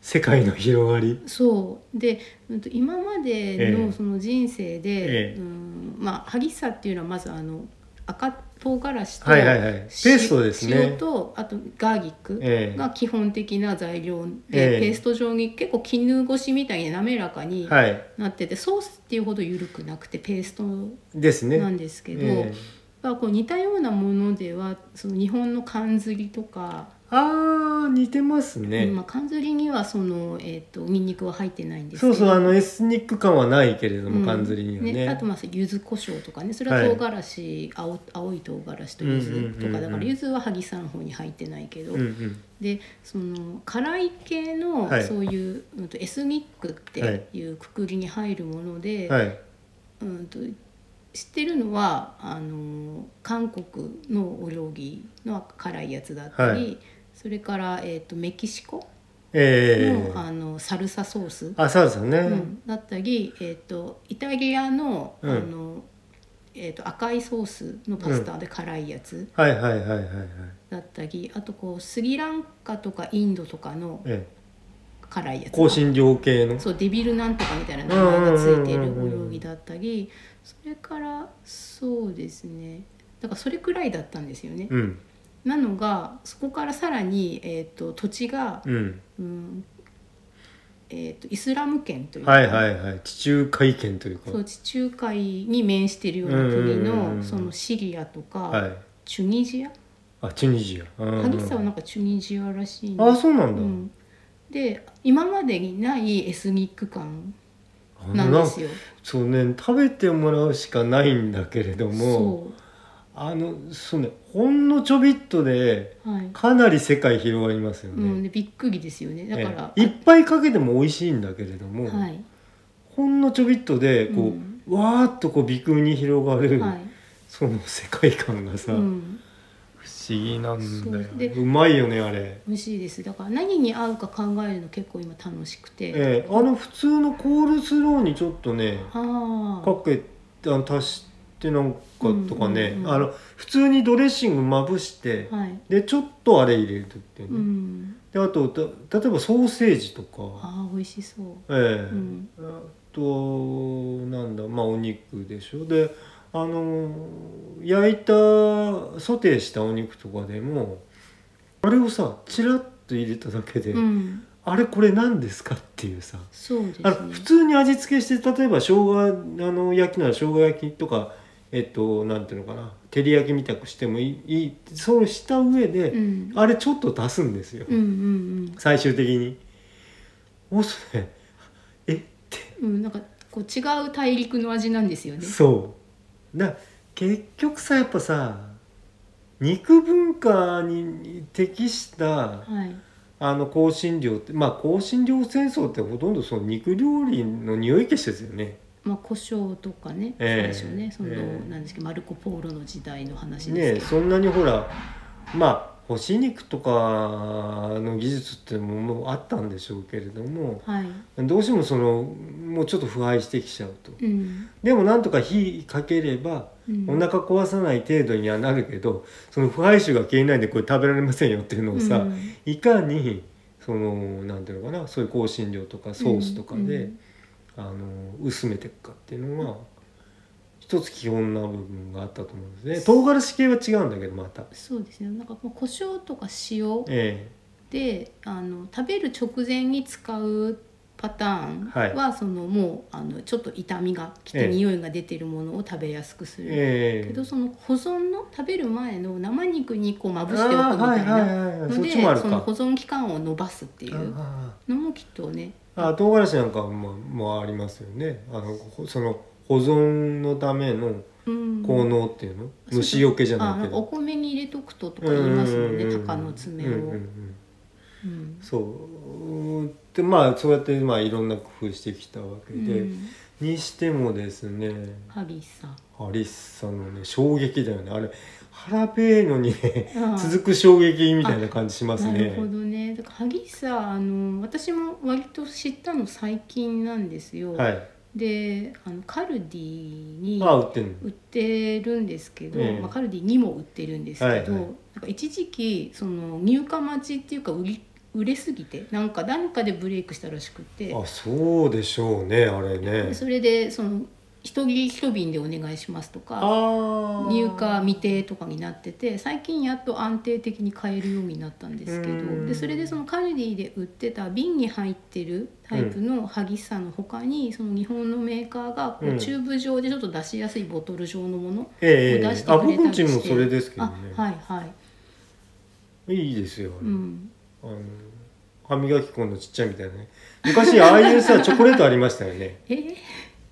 [SPEAKER 1] 世界の広がり
[SPEAKER 2] そうで、うんと、今まで
[SPEAKER 1] え
[SPEAKER 2] の
[SPEAKER 1] え
[SPEAKER 2] その人生で、
[SPEAKER 1] ええ
[SPEAKER 2] うん、まあハリッサっていうのはまずあの赤唐辛子と、
[SPEAKER 1] はいはいはいペー
[SPEAKER 2] し
[SPEAKER 1] ストです
[SPEAKER 2] 塩
[SPEAKER 1] ね
[SPEAKER 2] とあとガーリック
[SPEAKER 1] ええ
[SPEAKER 2] が基本的な材料
[SPEAKER 1] え
[SPEAKER 2] で、
[SPEAKER 1] え
[SPEAKER 2] ペースト状に結構絹ごしみたいに滑らかに
[SPEAKER 1] はい
[SPEAKER 2] なってて、ソースっていうほど緩くなくてペースト
[SPEAKER 1] ですね
[SPEAKER 2] なんですけど、
[SPEAKER 1] ええ
[SPEAKER 2] まあこう似たようなものではその日本の缶ずりとか、
[SPEAKER 1] あー似てますね、
[SPEAKER 2] まあ、缶ずりにはその、えー、とニンニクは入ってないんですけ
[SPEAKER 1] そう
[SPEAKER 2] ど
[SPEAKER 1] そうあのエスニック感はないけれども、
[SPEAKER 2] うん
[SPEAKER 1] 缶ずりにはね
[SPEAKER 2] あとまあ柚子胡椒とかねそれは唐辛子、青青い唐辛子と柚
[SPEAKER 1] うんうん
[SPEAKER 2] 子
[SPEAKER 1] うんう
[SPEAKER 2] と
[SPEAKER 1] ん
[SPEAKER 2] かだから柚子は萩さんの方に入ってないけど、
[SPEAKER 1] うんうん
[SPEAKER 2] でその辛い系の
[SPEAKER 1] はい
[SPEAKER 2] そういう、うんとエスニックっていうくくりに入るもので、
[SPEAKER 1] はい
[SPEAKER 2] うんと知ってるのはあの韓国のお料理の辛いやつだったり、
[SPEAKER 1] はい
[SPEAKER 2] それから、えー、とメキシコの,、
[SPEAKER 1] ええ
[SPEAKER 2] あのサルサソース、
[SPEAKER 1] あサルサね、
[SPEAKER 2] うん、だったり、えー、とイタリアの,、
[SPEAKER 1] うん
[SPEAKER 2] あのえー、と赤いソースのパスタで辛いやつ
[SPEAKER 1] はいはいはいはいはい
[SPEAKER 2] だったり、あとこうスリランカとかインドとかの
[SPEAKER 1] え
[SPEAKER 2] 辛いや
[SPEAKER 1] え
[SPEAKER 2] つ
[SPEAKER 1] 香辛料系の
[SPEAKER 2] そうデビルなんとかみたいな名前がついているお料理だったりそれからそうですねだからそれくらいだったんですよね。
[SPEAKER 1] うん
[SPEAKER 2] なのがそこからさらに、えー、と土地が、
[SPEAKER 1] うん
[SPEAKER 2] うんえー、とイスラム圏というか、
[SPEAKER 1] はいはいはい地中海圏というか
[SPEAKER 2] そう地中海に面しているような国
[SPEAKER 1] うんうんうんう
[SPEAKER 2] の
[SPEAKER 1] ん
[SPEAKER 2] そのシリアとか、
[SPEAKER 1] はい
[SPEAKER 2] チュニジア
[SPEAKER 1] あチュニジアうん
[SPEAKER 2] 萩さんはなんかチュニジアらしいん
[SPEAKER 1] あそうなんだ、
[SPEAKER 2] うん、で今までにないエスニック感
[SPEAKER 1] あの
[SPEAKER 2] なんですよ。
[SPEAKER 1] そうね食べてもらうしかないんだけれども
[SPEAKER 2] そう
[SPEAKER 1] あのそうねほんのちょびっとで
[SPEAKER 2] はい。
[SPEAKER 1] かなり世界広がりますよ
[SPEAKER 2] う
[SPEAKER 1] ね、
[SPEAKER 2] ん、でびっくりですよね。だから、
[SPEAKER 1] ええいっぱいかけても美味しいんだけれども、
[SPEAKER 2] はい
[SPEAKER 1] ほんのちょびっとでこ
[SPEAKER 2] うん
[SPEAKER 1] う、わーっとこう鼻腔に広がる、
[SPEAKER 2] はい。
[SPEAKER 1] その世界観が
[SPEAKER 2] う
[SPEAKER 1] さ、
[SPEAKER 2] ん、
[SPEAKER 1] 不思議なんだよ
[SPEAKER 2] そうで
[SPEAKER 1] うまいよねあれ、
[SPEAKER 2] 美味しいです。だから何に合うか考えるの結構今楽しくて、
[SPEAKER 1] ええあの普通のコールスローにちょっとね
[SPEAKER 2] ああ、
[SPEAKER 1] かけあの足してなんかとかね、
[SPEAKER 2] うんうんうん
[SPEAKER 1] あの普通にドレッシングまぶして、
[SPEAKER 2] はい。
[SPEAKER 1] でちょっとあれ入れるっていうね、
[SPEAKER 2] うん、
[SPEAKER 1] であとた例えばソーセージとか、
[SPEAKER 2] ああ美味しそう。
[SPEAKER 1] ええ
[SPEAKER 2] うん
[SPEAKER 1] あとなんだまあお肉でしょであの焼いたソテーしたお肉とかでもあれをさチラッと入れただけで、
[SPEAKER 2] うん、
[SPEAKER 1] あれこれ何ですかっていうさ
[SPEAKER 2] そうです
[SPEAKER 1] あ
[SPEAKER 2] ね
[SPEAKER 1] の。普通に味付けして例えば生姜あの焼きなら生姜焼きとかえっとなんていうのかな照り焼きみたくしてもいいいいそうした上で、
[SPEAKER 2] うん、
[SPEAKER 1] あれちょっと足すんですよ、
[SPEAKER 2] うんうん
[SPEAKER 1] 最終的に。おそれえって
[SPEAKER 2] うん、うん、なんかこう違う大陸の味なんですよね。
[SPEAKER 1] そうだ結局さやっぱさ肉文化に適した
[SPEAKER 2] はい。
[SPEAKER 1] あの香辛料ってまあ香辛料戦争ってほとんどその肉料理の匂い消しですよね。
[SPEAKER 2] まあ胡椒とかね、
[SPEAKER 1] ええ
[SPEAKER 2] 最初ね、その、
[SPEAKER 1] ええ
[SPEAKER 2] なんですけどマルコポーロの時代の話で
[SPEAKER 1] ね
[SPEAKER 2] すけど、
[SPEAKER 1] そんなにほらまあ干し肉とかの技術っていうのももうあったんでしょうけれども
[SPEAKER 2] はい。
[SPEAKER 1] どうしてもそのもうちょっと腐敗してきちゃうと。
[SPEAKER 2] うん、
[SPEAKER 1] でもなんとか火かければ
[SPEAKER 2] うん、
[SPEAKER 1] お腹壊さない程度にはなるけどその腐敗臭が消えないんでこれ食べられませんよっていうのをさ、
[SPEAKER 2] うん
[SPEAKER 1] いかにそのなんていうのかなそういう香辛料とかソースとかで、
[SPEAKER 2] うん
[SPEAKER 1] あの薄めていくかっていうのは一つ基本な部分があったと思うんですね唐辛子系は違うんだけどまた。
[SPEAKER 2] そうですねなんかもう胡椒とか塩
[SPEAKER 1] え
[SPEAKER 2] であの食べる直前に使うパタ
[SPEAKER 1] は
[SPEAKER 2] ー
[SPEAKER 1] い
[SPEAKER 2] ンは、そのもうあのちょっと痛みがき
[SPEAKER 1] ええ
[SPEAKER 2] て匂いが出てるものを食べやすくす
[SPEAKER 1] え
[SPEAKER 2] る、
[SPEAKER 1] え
[SPEAKER 2] け
[SPEAKER 1] え
[SPEAKER 2] どその保存の食べる前の生肉にこうまぶしておくみ
[SPEAKER 1] あーは
[SPEAKER 2] た
[SPEAKER 1] い
[SPEAKER 2] い
[SPEAKER 1] はい
[SPEAKER 2] な
[SPEAKER 1] はいはいそ
[SPEAKER 2] の
[SPEAKER 1] っ
[SPEAKER 2] で
[SPEAKER 1] ちもある
[SPEAKER 2] その保
[SPEAKER 1] か。
[SPEAKER 2] 存期間を延ばすってい
[SPEAKER 1] あ
[SPEAKER 2] う
[SPEAKER 1] ー
[SPEAKER 2] のもきっとね
[SPEAKER 1] あ唐辛子なんかももありますよねあのほその保存のための
[SPEAKER 2] うん
[SPEAKER 1] 効能っていうの、
[SPEAKER 2] そう
[SPEAKER 1] 虫除けじゃ
[SPEAKER 2] あ
[SPEAKER 1] ない
[SPEAKER 2] な
[SPEAKER 1] け
[SPEAKER 2] んかお
[SPEAKER 1] ど
[SPEAKER 2] 米に入れとくととか言いますもんね
[SPEAKER 1] うんうんうん
[SPEAKER 2] 鷹の爪を、
[SPEAKER 1] うんうんう
[SPEAKER 2] うん
[SPEAKER 1] んそうでまあそうやってまあいろんな工夫してきたわけで、
[SPEAKER 2] うん
[SPEAKER 1] にしてもですね
[SPEAKER 2] ハリーさん
[SPEAKER 1] ハリッサのね衝撃だよねあれハラペーノにね
[SPEAKER 2] あー
[SPEAKER 1] 続く衝撃みたいな感じします
[SPEAKER 2] なる
[SPEAKER 1] ね
[SPEAKER 2] ほどね。だから萩さあの私も割と知ったの最近なんですよ。
[SPEAKER 1] はい
[SPEAKER 2] であのカルディに
[SPEAKER 1] ああ売ってんの
[SPEAKER 2] 売ってるんですけど、
[SPEAKER 1] ええ
[SPEAKER 2] まあ、カルディにも売ってるんですけど、
[SPEAKER 1] はいはい
[SPEAKER 2] なんか一時期その入荷待ちっていうか売り売れすぎてなんか何かでブレイクしたらしくて
[SPEAKER 1] あそうでしょうねあれね
[SPEAKER 2] でそれでその一人一瓶でお願いしますとか
[SPEAKER 1] あ
[SPEAKER 2] 入荷未定とかになってて最近やっと安定的に買えるようになったんですけ
[SPEAKER 1] うん
[SPEAKER 2] どでそれでそのカルディで売ってた瓶に入ってるタイプのハギッサの他にその日本のメーカーがこ
[SPEAKER 1] うん
[SPEAKER 2] うチューブ状でちょっと出しやすいボトル状のものを
[SPEAKER 1] え
[SPEAKER 2] 出
[SPEAKER 1] え
[SPEAKER 2] してくれたりして、
[SPEAKER 1] あ僕んちもそれですけど
[SPEAKER 2] あ
[SPEAKER 1] ね、
[SPEAKER 2] はいはい、
[SPEAKER 1] い、いですよ、あ
[SPEAKER 2] う
[SPEAKER 1] れ
[SPEAKER 2] ん、
[SPEAKER 1] あの歯磨き粉のちっちゃいみたいなね昔ああいうさチョコレートありましたよ ね
[SPEAKER 2] え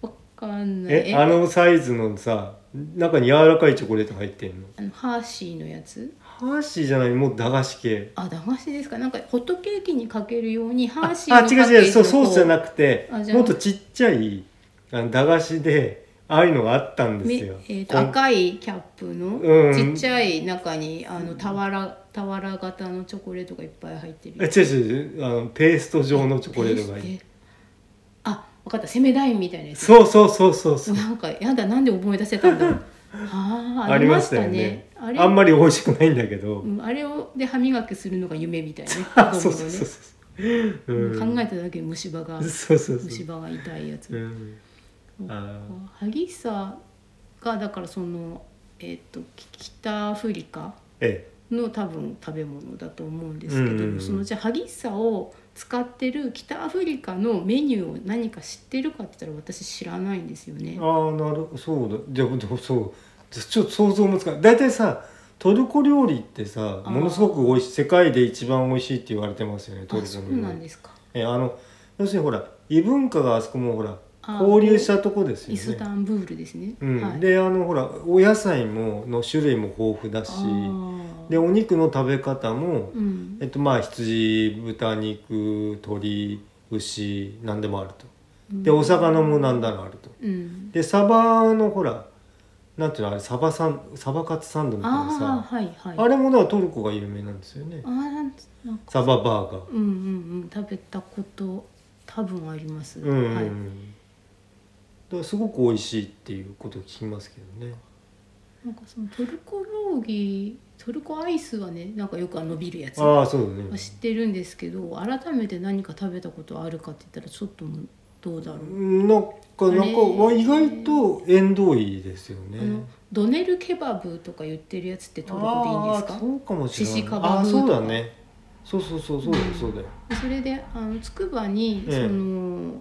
[SPEAKER 2] ー、わかんない
[SPEAKER 1] えあのサイズのさ中に柔らかいチョコレート入ってんの
[SPEAKER 2] あのハーシーのやつ
[SPEAKER 1] ハーシーじゃないもう駄菓子系
[SPEAKER 2] あ駄菓子ですかなんかホットケーキにかけるようにハ
[SPEAKER 1] あ
[SPEAKER 2] ーシーの
[SPEAKER 1] あ違う違うそうソースじゃ
[SPEAKER 2] く
[SPEAKER 1] なくて
[SPEAKER 2] あじゃあ
[SPEAKER 1] もっとちっちゃいあの駄菓子でああいうのがあったんですよ、
[SPEAKER 2] えーと
[SPEAKER 1] こん
[SPEAKER 2] 赤いキャップ
[SPEAKER 1] うん
[SPEAKER 2] のちっちゃい中にあの俵俵型のチョコレートがいっぱい入って
[SPEAKER 1] え
[SPEAKER 2] る
[SPEAKER 1] 違う違う違うあのペースト状のチョコレートがいい
[SPEAKER 2] えあ分かったセメダインみたいなやつ
[SPEAKER 1] そうそうそうそうそう
[SPEAKER 2] なんかやだなんで思い出せたんだろ うあー
[SPEAKER 1] ありましたよね
[SPEAKER 2] あ
[SPEAKER 1] あ
[SPEAKER 2] れ
[SPEAKER 1] んまり美味しくないんだけど、
[SPEAKER 2] うんあれをで歯磨きするのが夢みたいなね
[SPEAKER 1] あ そ
[SPEAKER 2] 子
[SPEAKER 1] う
[SPEAKER 2] 供
[SPEAKER 1] そう
[SPEAKER 2] のね
[SPEAKER 1] そうそう、うん、
[SPEAKER 2] 考えただけで虫歯が
[SPEAKER 1] そうそうそう
[SPEAKER 2] 虫歯が痛いやつ、
[SPEAKER 1] うんあ
[SPEAKER 2] 萩さがだからその、えっとき北アフリカ
[SPEAKER 1] え
[SPEAKER 2] の多分食べ物だと思うんですけど、
[SPEAKER 1] うんうんうん
[SPEAKER 2] そのじゃあハギッサを使ってる北アフリカのメニューを何か知ってるかって言ったら私知らないんですよ
[SPEAKER 1] え
[SPEAKER 2] ね。
[SPEAKER 1] ああなるそうだじゃあそうちょっと想像もつかない大体さトルコ料理ってさ
[SPEAKER 2] あー
[SPEAKER 1] ものすごく美味しい世界で一番美味しいって言われてますよねトル
[SPEAKER 2] あ
[SPEAKER 1] コ
[SPEAKER 2] そ
[SPEAKER 1] の
[SPEAKER 2] う
[SPEAKER 1] 料
[SPEAKER 2] なん
[SPEAKER 1] 理
[SPEAKER 2] ですか。
[SPEAKER 1] えあの要するにほら異文化があそこもほら
[SPEAKER 2] あー
[SPEAKER 1] 交流したとこですよね
[SPEAKER 2] イスタンブールですね。
[SPEAKER 1] うん
[SPEAKER 2] はい、
[SPEAKER 1] であのほらお野菜もの種類も豊富だし
[SPEAKER 2] あー
[SPEAKER 1] でお肉の食べ方も、
[SPEAKER 2] うん
[SPEAKER 1] えっとまあ羊豚肉鶏牛何でもあるとでお魚も何だろあると
[SPEAKER 2] うん、
[SPEAKER 1] でサバのほらなんていうのあれサバサンサバカツサンドみたいな
[SPEAKER 2] あ
[SPEAKER 1] さ
[SPEAKER 2] あーはいはい。
[SPEAKER 1] あれもだからトルコが有名なんですよね
[SPEAKER 2] あーなんつなんか
[SPEAKER 1] サババーガー
[SPEAKER 2] うんうんうん食べたこと多分あります。
[SPEAKER 1] うんうんうん、
[SPEAKER 2] はい。
[SPEAKER 1] だからすごく美味しいっていうことを聞きますけどね
[SPEAKER 2] なんかそのトルコローギートルコアイスはねなんかよくあの伸びるやつは
[SPEAKER 1] ああそうだね
[SPEAKER 2] 知ってるんですけど改めて何か食べたことあるかって言ったらちょっともうどうだろう、
[SPEAKER 1] なんかなんか
[SPEAKER 2] あれ
[SPEAKER 1] 意外と縁遠いですよ
[SPEAKER 2] あの
[SPEAKER 1] ね。
[SPEAKER 2] ドネルケバブとか言ってるやつってトルコでいいん
[SPEAKER 1] あー
[SPEAKER 2] ですか
[SPEAKER 1] そうかもしれない。
[SPEAKER 2] シシカ
[SPEAKER 1] あ
[SPEAKER 2] バ
[SPEAKER 1] ー
[SPEAKER 2] 風
[SPEAKER 1] そうだ
[SPEAKER 2] とか
[SPEAKER 1] ね。そうそうそうそうだよそうだよ。
[SPEAKER 2] それであのつくばに
[SPEAKER 1] え
[SPEAKER 2] そ
[SPEAKER 1] え
[SPEAKER 2] の、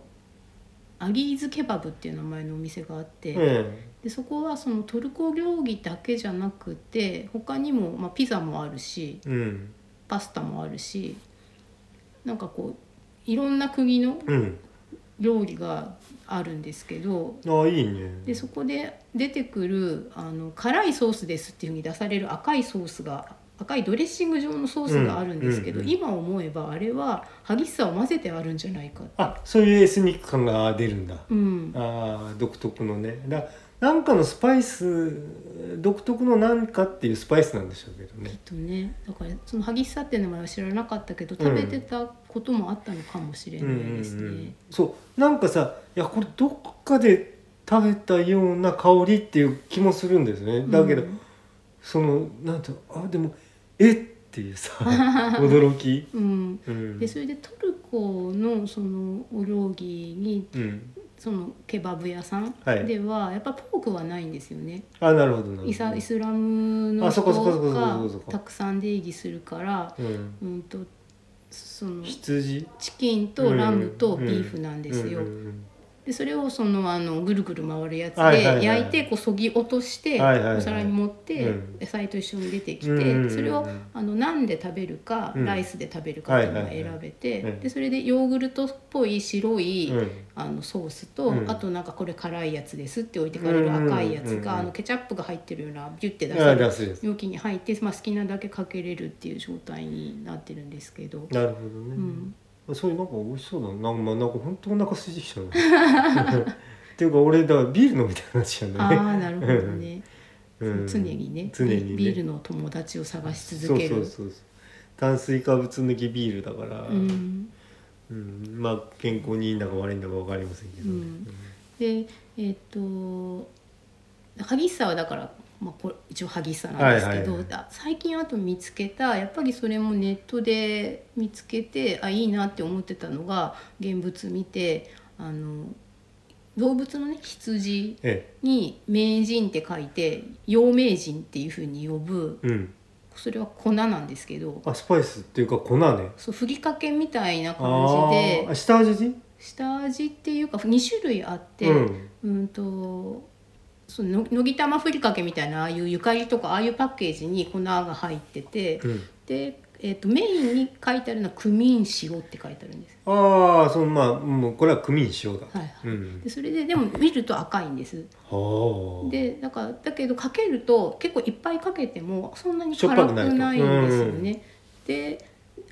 [SPEAKER 2] アギーズケバブっていう名前のお店があって、
[SPEAKER 1] え
[SPEAKER 2] でそこはそのトルコ料理だけじゃなくて他にも、まあ、ピザもあるし
[SPEAKER 1] えうん
[SPEAKER 2] パスタもあるしなんかこういろんな国の
[SPEAKER 1] うん。
[SPEAKER 2] 料理があるんですけど
[SPEAKER 1] あーいいね。
[SPEAKER 2] でそこで出てくるあの辛いソースですっていうふうに出される赤いソースが赤いドレッシング状のソースがあるんですけど、
[SPEAKER 1] うんうんうん
[SPEAKER 2] 今思えばあれは激しさを混ぜてあるんじゃないかって。
[SPEAKER 1] あそういうエスニック感が出るんだ。
[SPEAKER 2] うん、
[SPEAKER 1] あー独特のね。だなんかのスパイス独特のなんかっていうスパイスなんでしょうけど
[SPEAKER 2] きっ
[SPEAKER 1] ね。
[SPEAKER 2] とねだからその激しさっていう名前は知らなかったけど食べてたこともあったのかもしれ
[SPEAKER 1] う
[SPEAKER 2] なんいで
[SPEAKER 1] う
[SPEAKER 2] す
[SPEAKER 1] ん
[SPEAKER 2] ね。
[SPEAKER 1] うん。そうなんかさいやこれどっかで食べたような香りっていう気もするんですね。だけど。
[SPEAKER 2] うん
[SPEAKER 1] そのなんていうのあでもえっていうさ 驚き、
[SPEAKER 2] うん
[SPEAKER 1] うん、
[SPEAKER 2] でそれでトルコのそのお料理に
[SPEAKER 1] うん、
[SPEAKER 2] そのケバブ屋さん
[SPEAKER 1] はい
[SPEAKER 2] ではやっぱポークはないんですよね、
[SPEAKER 1] あなるほどなるほど
[SPEAKER 2] イサイスラムの
[SPEAKER 1] あそ
[SPEAKER 2] 人
[SPEAKER 1] っかそっかそっかそっかそっかそ
[SPEAKER 2] が
[SPEAKER 1] っか
[SPEAKER 2] たくさん出入りするから
[SPEAKER 1] うん、
[SPEAKER 2] うんとその
[SPEAKER 1] 羊
[SPEAKER 2] チキンとラムと
[SPEAKER 1] うん
[SPEAKER 2] ビーフなんですよ、
[SPEAKER 1] うんうん
[SPEAKER 2] でそれをそのあのぐるぐる回るやつ
[SPEAKER 1] はいはいは
[SPEAKER 2] で
[SPEAKER 1] い
[SPEAKER 2] 焼いてこうそぎ落として
[SPEAKER 1] はいはいはい
[SPEAKER 2] お皿に盛って
[SPEAKER 1] うん
[SPEAKER 2] 野菜と一緒に出てき
[SPEAKER 1] うんうんうんう
[SPEAKER 2] て
[SPEAKER 1] ん
[SPEAKER 2] それをあのナンで食べるか
[SPEAKER 1] うん
[SPEAKER 2] ライスで食べるかっていうのが選べ
[SPEAKER 1] はいはいは
[SPEAKER 2] て
[SPEAKER 1] い
[SPEAKER 2] でそれでヨーグルトっぽい白い、
[SPEAKER 1] うん
[SPEAKER 2] あのソースと、
[SPEAKER 1] うん
[SPEAKER 2] あとなんかこれ辛いやつですって置いてかれる赤いや
[SPEAKER 1] うんうん
[SPEAKER 2] つ
[SPEAKER 1] うんうん
[SPEAKER 2] が、あのケチャップが入ってるようなビュッて出
[SPEAKER 1] あ
[SPEAKER 2] せる
[SPEAKER 1] 出すやつ
[SPEAKER 2] 容器に入って、まあ、好きなだけかけれるっていう状態になってるんですけど、
[SPEAKER 1] なるほどね、
[SPEAKER 2] うん
[SPEAKER 1] そういうなんか美味しそうだななんか,、まあ、なんか本当お腹空いてきちゃう っていうか俺だからビール飲みたいになっちゃうん
[SPEAKER 2] あ
[SPEAKER 1] だよね
[SPEAKER 2] あなるほどね、
[SPEAKER 1] うん
[SPEAKER 2] その常にね
[SPEAKER 1] 常にね
[SPEAKER 2] ビビールの友達を探し続け
[SPEAKER 1] そ
[SPEAKER 2] る
[SPEAKER 1] うそうそうそう炭水化物抜きビールだから、
[SPEAKER 2] うん
[SPEAKER 1] うんまあ健康にいいんだか悪いんだか分かりませんけどね、
[SPEAKER 2] うんでえっと萩さはだから、まあ、これ一応萩さなんですけど、
[SPEAKER 1] はいはい
[SPEAKER 2] あ最近あと見つけたやっぱりそれもネットで見つけてあいいなって思ってたのが現物見てあの動物のね羊
[SPEAKER 1] え
[SPEAKER 2] に名人って書いて陽明人っていうふうに呼ぶ
[SPEAKER 1] えうん
[SPEAKER 2] それは粉なんですけど
[SPEAKER 1] あスパイスっていうか粉ね
[SPEAKER 2] そうふりかけみたいな
[SPEAKER 1] あ
[SPEAKER 2] 感じで
[SPEAKER 1] ーあ下味
[SPEAKER 2] 下味っていうか2種類あって、
[SPEAKER 1] う
[SPEAKER 2] うん、
[SPEAKER 1] ん
[SPEAKER 2] とそののぎ玉ふりかけみたいなああいうゆかりとかああいうパッケージに粉が入ってて
[SPEAKER 1] うん
[SPEAKER 2] で、えー、とメインに書いてあるのはクミン塩って書いてあるんです。
[SPEAKER 1] ああそのまあもうこれはクミン塩だ、
[SPEAKER 2] はいはい
[SPEAKER 1] うん
[SPEAKER 2] でそれででも見ると赤いんです
[SPEAKER 1] はあ
[SPEAKER 2] でだからだけどかけると結構いっぱいかけてもそんなに
[SPEAKER 1] しょっぱ
[SPEAKER 2] 辛
[SPEAKER 1] く
[SPEAKER 2] く
[SPEAKER 1] ないと
[SPEAKER 2] ないんですよね。で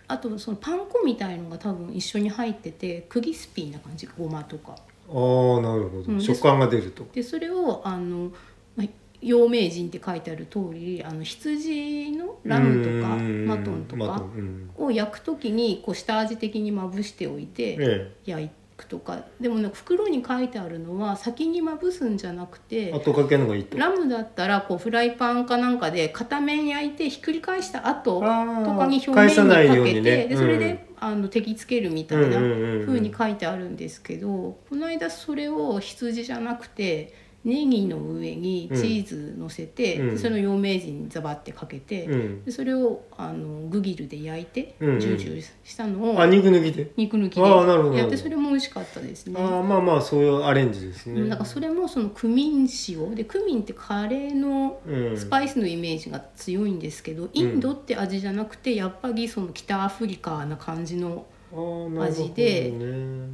[SPEAKER 2] あとそのパン粉みたいのが多分一緒に入っててクリスピーな感じごまとか
[SPEAKER 1] ああなるほど、
[SPEAKER 2] うんで
[SPEAKER 1] 食感が出ると
[SPEAKER 2] でそれをあのま陽明人って書いてある通りあの羊のラムとか
[SPEAKER 1] うん
[SPEAKER 2] マトンと
[SPEAKER 1] マト
[SPEAKER 2] か
[SPEAKER 1] ンうん
[SPEAKER 2] を焼く時にこう下味的にまぶしておいて、
[SPEAKER 1] え
[SPEAKER 2] 焼くとかでもね袋に書いてあるのは先にまぶすんじゃなく
[SPEAKER 1] え
[SPEAKER 2] て
[SPEAKER 1] 後かけのがいいと
[SPEAKER 2] ラムだったらこうフライパンかなんかで片面焼いてひっくり返した後と
[SPEAKER 1] あー
[SPEAKER 2] かに表面
[SPEAKER 1] 返
[SPEAKER 2] に
[SPEAKER 1] さ
[SPEAKER 2] か
[SPEAKER 1] ないよう
[SPEAKER 2] けて、
[SPEAKER 1] にね
[SPEAKER 2] でそれで、あの手きつけるみたいな風に
[SPEAKER 1] か
[SPEAKER 2] 書いてあるんですけど、この間それを羊じゃなくてネギの上にチーズ乗せて、
[SPEAKER 1] うん
[SPEAKER 2] でそれを陽明人にザバってかけて、
[SPEAKER 1] うん
[SPEAKER 2] でそれをあのグギルで焼いて、
[SPEAKER 1] うん
[SPEAKER 2] ジュージューしたの
[SPEAKER 1] あ
[SPEAKER 2] を
[SPEAKER 1] 肉抜きで
[SPEAKER 2] 肉抜き
[SPEAKER 1] あーなるほど
[SPEAKER 2] でやってそれも美味しかったですね。
[SPEAKER 1] ああまあまあそういうアレンジですね
[SPEAKER 2] なんかそれもそのクミン塩でクミンってカレーの
[SPEAKER 1] うん
[SPEAKER 2] スパイスのイメージが強いんですけど、インドって味じゃなくてやっぱりその北アフリカな感じの
[SPEAKER 1] あーなるほど
[SPEAKER 2] 味で
[SPEAKER 1] ね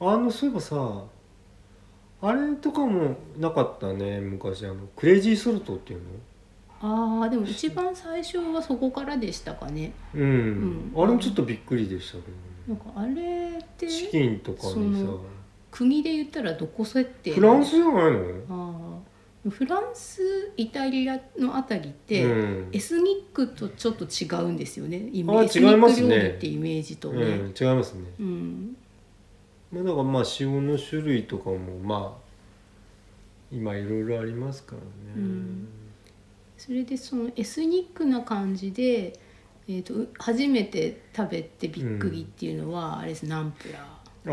[SPEAKER 1] あのそういえばさあれとかもなかったね昔あのクレイジーソルトっていうの
[SPEAKER 2] あーでも一番最初はそこからでしたかね
[SPEAKER 1] うん、
[SPEAKER 2] うん
[SPEAKER 1] あれもちょっとびっくりでしたけどね、
[SPEAKER 2] なんかあれって
[SPEAKER 1] チキンとかに
[SPEAKER 2] そ
[SPEAKER 1] さ
[SPEAKER 2] の国で言ったらどこ設定
[SPEAKER 1] フランスじゃないの
[SPEAKER 2] あーフランスイタリアのあたりって、
[SPEAKER 1] うん
[SPEAKER 2] エスニックとちょっと違うんですよねイメ
[SPEAKER 1] あー
[SPEAKER 2] エスニッ
[SPEAKER 1] 違います
[SPEAKER 2] ク
[SPEAKER 1] ね
[SPEAKER 2] 料理ってイメージとね。
[SPEAKER 1] うん、違いますね
[SPEAKER 2] うん
[SPEAKER 1] まあだからまあ塩の種類とかもまあ今いろいろありますからね、
[SPEAKER 2] うんそれでそのエスニックな感じで、えー、とう初めて食べてびっくりっていうのは、あれですナンプラ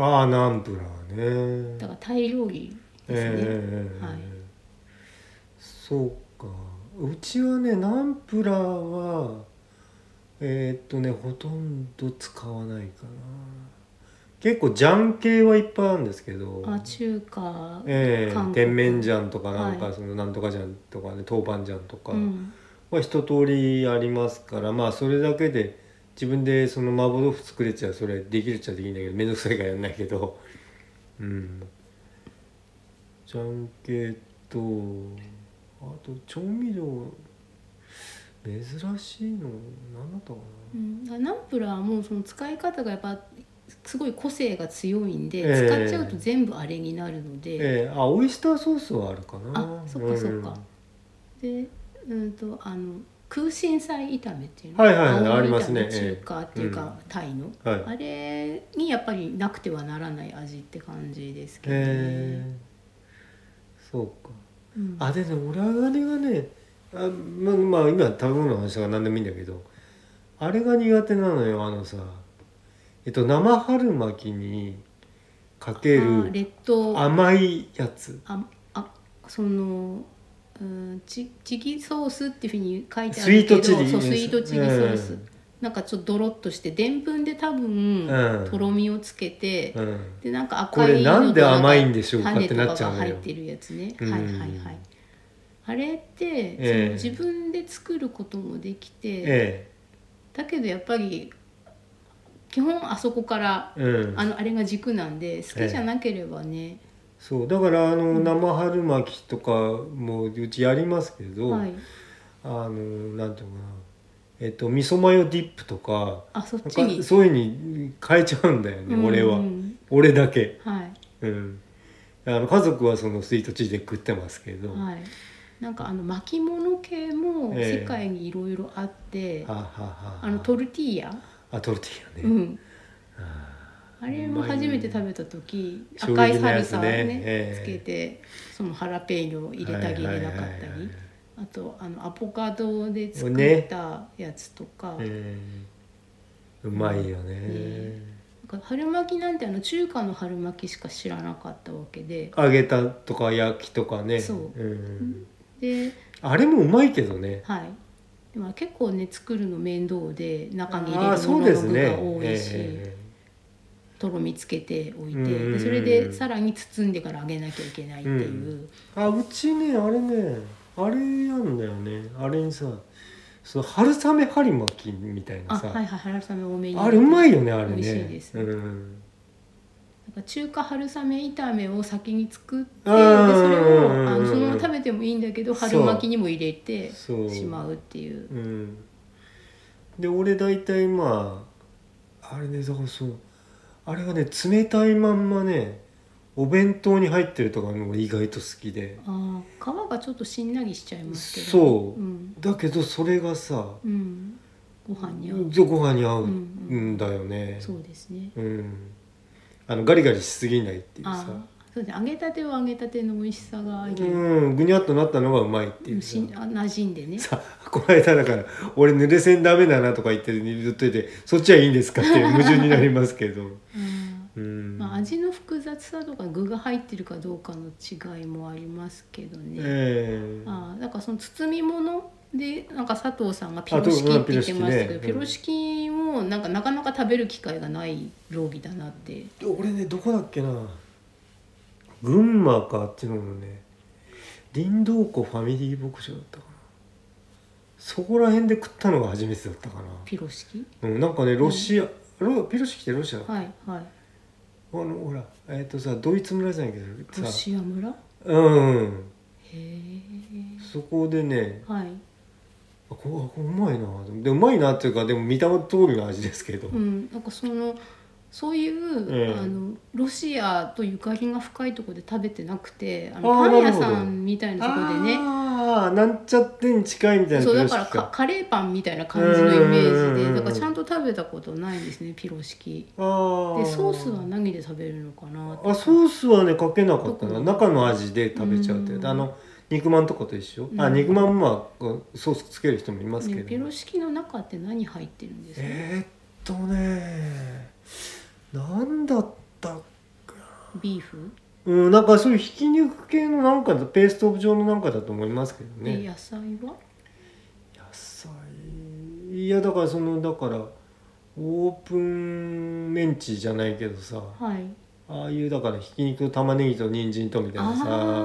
[SPEAKER 2] ー
[SPEAKER 1] ああナンプラーね
[SPEAKER 2] だからタイ料理ですね、
[SPEAKER 1] ええ
[SPEAKER 2] はい
[SPEAKER 1] そうかうちはねナンプラーはえーっとねほとんど使わないかな結構ジャン系はいっぱいあるんですけど
[SPEAKER 2] あ中華、
[SPEAKER 1] ええ
[SPEAKER 2] 韓国
[SPEAKER 1] 甜麺醤とかなん
[SPEAKER 2] は
[SPEAKER 1] か
[SPEAKER 2] い
[SPEAKER 1] そのなんとか醤とかね豆板醤とか
[SPEAKER 2] うん
[SPEAKER 1] は一通りありますからまあそれだけで自分でその麻婆豆腐作れちゃそれできるっちゃできるんだけど面倒くさいからやんないけどうんじゃんけとあと調味料珍しいの何だったかな、
[SPEAKER 2] うん、だからナンプラーもその使い方がやっぱすごい個性が強いんで、
[SPEAKER 1] ええ
[SPEAKER 2] 使っちゃうと全部あれになるので、
[SPEAKER 1] ええあオイスターソースはあるかな
[SPEAKER 2] あそっかそっかでうんとあの空心菜炒めっていうの
[SPEAKER 1] はいはいはい
[SPEAKER 2] 青
[SPEAKER 1] ありますね
[SPEAKER 2] 炒め中華っていうか、タイの、
[SPEAKER 1] うん、はい
[SPEAKER 2] あれにやっぱりなくてはならない味って感じですけどね、
[SPEAKER 1] ええそうか
[SPEAKER 2] うん
[SPEAKER 1] あでね俺はあれがねあままあ今食べ物の話が何でもいいんだけどあれが苦手なのよあのさえっと生春巻きにかけ
[SPEAKER 2] あー
[SPEAKER 1] る
[SPEAKER 2] レッドあ
[SPEAKER 1] 甘いやつ
[SPEAKER 2] あそのうんチチリソースっていうふうに書いてあ
[SPEAKER 1] スイー
[SPEAKER 2] るけ
[SPEAKER 1] ト
[SPEAKER 2] ど
[SPEAKER 1] チリ
[SPEAKER 2] そうスイートチリソース、
[SPEAKER 1] うん
[SPEAKER 2] なんかちょっとドロッとしてでんぷんで多
[SPEAKER 1] う
[SPEAKER 2] 分、
[SPEAKER 1] ん
[SPEAKER 2] とろみをつけて、
[SPEAKER 1] うん
[SPEAKER 2] でなんか
[SPEAKER 1] こ
[SPEAKER 2] 赤い
[SPEAKER 1] れなんで甘いんでしょうかっ
[SPEAKER 2] 種
[SPEAKER 1] て
[SPEAKER 2] と
[SPEAKER 1] な
[SPEAKER 2] か
[SPEAKER 1] っちゃ
[SPEAKER 2] が
[SPEAKER 1] うの
[SPEAKER 2] 入っ
[SPEAKER 1] よ
[SPEAKER 2] てるやつね、
[SPEAKER 1] うん
[SPEAKER 2] はいはいはいあれって、
[SPEAKER 1] ええ
[SPEAKER 2] その自分で作ることもできて、
[SPEAKER 1] え
[SPEAKER 2] だけどやっぱり基本あそこから
[SPEAKER 1] えうん
[SPEAKER 2] あのあれが軸なんで好きじゃなければね、
[SPEAKER 1] そうだからあの生春巻きとかもうちやりますけど、
[SPEAKER 2] はい
[SPEAKER 1] あのなんていうのかなえっと味噌マヨディップとか
[SPEAKER 2] あそっち
[SPEAKER 1] なん
[SPEAKER 2] に
[SPEAKER 1] かそういう風に変えちゃうんだよね、俺は
[SPEAKER 2] うんうん
[SPEAKER 1] 俺だけ、
[SPEAKER 2] はい
[SPEAKER 1] うん、あの家族はそのスイートチーズで食ってますけど、
[SPEAKER 2] はいなんかあの巻物系も
[SPEAKER 1] ええ
[SPEAKER 2] 世界にいろいろあって、
[SPEAKER 1] あははは
[SPEAKER 2] あのトルティーヤ、
[SPEAKER 1] あトルティーヤ
[SPEAKER 2] う
[SPEAKER 1] ね、
[SPEAKER 2] ん、あれも初めて食べた時
[SPEAKER 1] 衝撃
[SPEAKER 2] 赤い
[SPEAKER 1] な
[SPEAKER 2] サ
[SPEAKER 1] や
[SPEAKER 2] ル
[SPEAKER 1] つ
[SPEAKER 2] サ
[SPEAKER 1] ね
[SPEAKER 2] をね
[SPEAKER 1] ええ
[SPEAKER 2] つけてそのハラペーニョを入れたり入れなかったり、
[SPEAKER 1] はいはいはいはい
[SPEAKER 2] あとあのアボカドで作ったやつとか、
[SPEAKER 1] えーうまいよね、
[SPEAKER 2] ねか春巻きなんてあの中華の春巻きしか知らなかったわけで
[SPEAKER 1] 揚げたとか焼きとかね、
[SPEAKER 2] そうんで
[SPEAKER 1] あれもうまいけどね
[SPEAKER 2] はいでも結構ね作るの面倒で中に入
[SPEAKER 1] あ
[SPEAKER 2] れ
[SPEAKER 1] あ
[SPEAKER 2] る
[SPEAKER 1] そ
[SPEAKER 2] も
[SPEAKER 1] う
[SPEAKER 2] のの
[SPEAKER 1] です
[SPEAKER 2] 具
[SPEAKER 1] ね
[SPEAKER 2] が多いし、
[SPEAKER 1] え
[SPEAKER 2] とろみつけておいて、
[SPEAKER 1] うんうんうん
[SPEAKER 2] でそれでさらに包んでから揚げなきゃいけないっていう、
[SPEAKER 1] えあうちねあれねあれやんだよねあれにさその春雨春巻きみたい
[SPEAKER 2] あ
[SPEAKER 1] なさ
[SPEAKER 2] はいはい春雨多めに
[SPEAKER 1] あれうまいよねあれね
[SPEAKER 2] 美味しいです
[SPEAKER 1] うん、
[SPEAKER 2] なんか中華春雨炒めを先に作ってでそ
[SPEAKER 1] うんうんうん
[SPEAKER 2] れをあのそのまま食べてもいいんだけど
[SPEAKER 1] そう
[SPEAKER 2] 春巻きにも入れて
[SPEAKER 1] そう
[SPEAKER 2] しまうっていう
[SPEAKER 1] うん、で俺大体まああれねだからそうあれがね冷たいまんまねお弁当に入ってるとかね俺意外と好きで
[SPEAKER 2] あー皮がちょっとしんなりしちゃいますけど
[SPEAKER 1] そうんだけどそれがさ
[SPEAKER 2] うん、ご飯に合う、
[SPEAKER 1] ご飯に合う
[SPEAKER 2] うん
[SPEAKER 1] んだよね、
[SPEAKER 2] そうですね
[SPEAKER 1] うん、あのガリガリしすぎないっていう
[SPEAKER 2] あ
[SPEAKER 1] さ
[SPEAKER 2] ーそうですね揚げたては揚げたての美味しさがあり、
[SPEAKER 1] うんぐにゃっとなったのがうまいっていうさ
[SPEAKER 2] しんあ馴染んでね
[SPEAKER 1] さこの間だから俺濡れせんダメだなとか言って言っといてそっちはいいんですかっていう矛盾になりますけど、
[SPEAKER 2] うん
[SPEAKER 1] うん
[SPEAKER 2] まあ、味の複雑さとか具が入ってるかどうかの違いもありますけどね、
[SPEAKER 1] ええ
[SPEAKER 2] ああだからその包み物でなんか佐藤さんがピ
[SPEAKER 1] あ
[SPEAKER 2] ロシキって言って
[SPEAKER 1] そう
[SPEAKER 2] ましたけど
[SPEAKER 1] うん
[SPEAKER 2] ピロシキもなんかなかなか食べる機会がない料理だなって
[SPEAKER 1] 俺ねどこだっけな群馬かあっちのもね林道湖ファミリー牧場だったかなそこら辺で食ったのが初めてだったかな、
[SPEAKER 2] ピロシキ
[SPEAKER 1] うん、なんかねロシア、ロピロシキってロシア、あ
[SPEAKER 2] はいはい
[SPEAKER 1] のほらえっ、とさドイツ村じゃないけどさ
[SPEAKER 2] ロシア村へ
[SPEAKER 1] うん
[SPEAKER 2] え
[SPEAKER 1] そこでね
[SPEAKER 2] はい
[SPEAKER 1] あこあこれうまいなでうまいなっていうかでも見た通りの味ですけど、
[SPEAKER 2] うんなんかそのそういう、
[SPEAKER 1] ええ
[SPEAKER 2] あのロシアとゆかりが深いところで食べてなくてあの
[SPEAKER 1] あー
[SPEAKER 2] パン屋
[SPEAKER 1] なる
[SPEAKER 2] さ
[SPEAKER 1] ほど
[SPEAKER 2] んみたいなところでね
[SPEAKER 1] ああなんちゃってに近いみたいな
[SPEAKER 2] そうだ
[SPEAKER 1] ピ
[SPEAKER 2] か
[SPEAKER 1] ロ
[SPEAKER 2] ら
[SPEAKER 1] シキ
[SPEAKER 2] かカレーパンみたいな感じのイメージ
[SPEAKER 1] うんうんうんう
[SPEAKER 2] で
[SPEAKER 1] ん
[SPEAKER 2] だからちゃんと食べたことないんですねピロシキ
[SPEAKER 1] あー
[SPEAKER 2] でソースは何で食べるのかなって
[SPEAKER 1] あソースはねかけなかったな
[SPEAKER 2] どこ
[SPEAKER 1] 中の味で食べちゃうって
[SPEAKER 2] うん
[SPEAKER 1] あの肉まんとかと一緒、
[SPEAKER 2] うん
[SPEAKER 1] あ肉まんもまあソースつける人もいますけ
[SPEAKER 2] ね
[SPEAKER 1] ど、
[SPEAKER 2] ピロシキの中って何入ってるんですか、
[SPEAKER 1] えーっとねなんだったっけ
[SPEAKER 2] ビーフ
[SPEAKER 1] うんなんかそういうひき肉系のなんかペースト状のなんかだと思いますけどね
[SPEAKER 2] で野菜は
[SPEAKER 1] 野菜いやだからそのだからオープンメンチじゃないけどさ
[SPEAKER 2] はい
[SPEAKER 1] ああいうだからひき肉と玉ねぎと人参とみたいな
[SPEAKER 2] ああ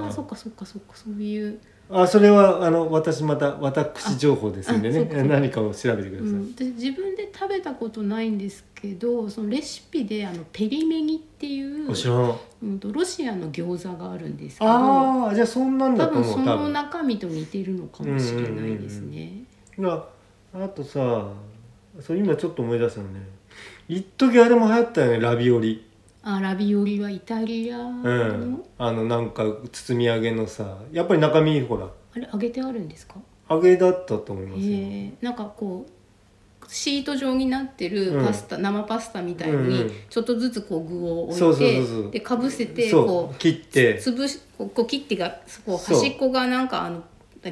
[SPEAKER 2] ーそ
[SPEAKER 1] さ
[SPEAKER 2] っかそっかそっかそういう、
[SPEAKER 1] あそれはあの私また私情報ですんで
[SPEAKER 2] あそうかそ
[SPEAKER 1] ね
[SPEAKER 2] うか
[SPEAKER 1] 何かを調べてく
[SPEAKER 2] う
[SPEAKER 1] ださい、
[SPEAKER 2] ん、で自分で食べたことないんですけどそのレシピであのペリメニっていう
[SPEAKER 1] お知らん
[SPEAKER 2] うんとロシアの餃子があるんですけど
[SPEAKER 1] ああじゃあそんなんだと
[SPEAKER 2] 多分
[SPEAKER 1] 思う
[SPEAKER 2] そ
[SPEAKER 1] 多
[SPEAKER 2] の
[SPEAKER 1] 分
[SPEAKER 2] 中身と似てるのかもしれないですね、
[SPEAKER 1] ああとさそう今ちょっと思い出したのね一時あれも流行ったよねラビオリ
[SPEAKER 2] あラビオリはイタリアの、
[SPEAKER 1] うんあのなんか包み揚げのさやっぱり中身ほら
[SPEAKER 2] あれ揚げてあるんですか
[SPEAKER 1] 揚げだったと思い
[SPEAKER 2] へ
[SPEAKER 1] ますよ、
[SPEAKER 2] えなんかこうシート状になってる
[SPEAKER 1] うん
[SPEAKER 2] パスタ、生パスタみたい
[SPEAKER 1] うんう
[SPEAKER 2] に
[SPEAKER 1] ん
[SPEAKER 2] ちょっとずつこう具を
[SPEAKER 1] そ
[SPEAKER 2] 置
[SPEAKER 1] う
[SPEAKER 2] い
[SPEAKER 1] そうそ
[SPEAKER 2] て
[SPEAKER 1] うそう
[SPEAKER 2] でかぶせて
[SPEAKER 1] そ
[SPEAKER 2] こ
[SPEAKER 1] う切って
[SPEAKER 2] う潰しこうこう切ってがこう
[SPEAKER 1] そう
[SPEAKER 2] 端っこがなんかあの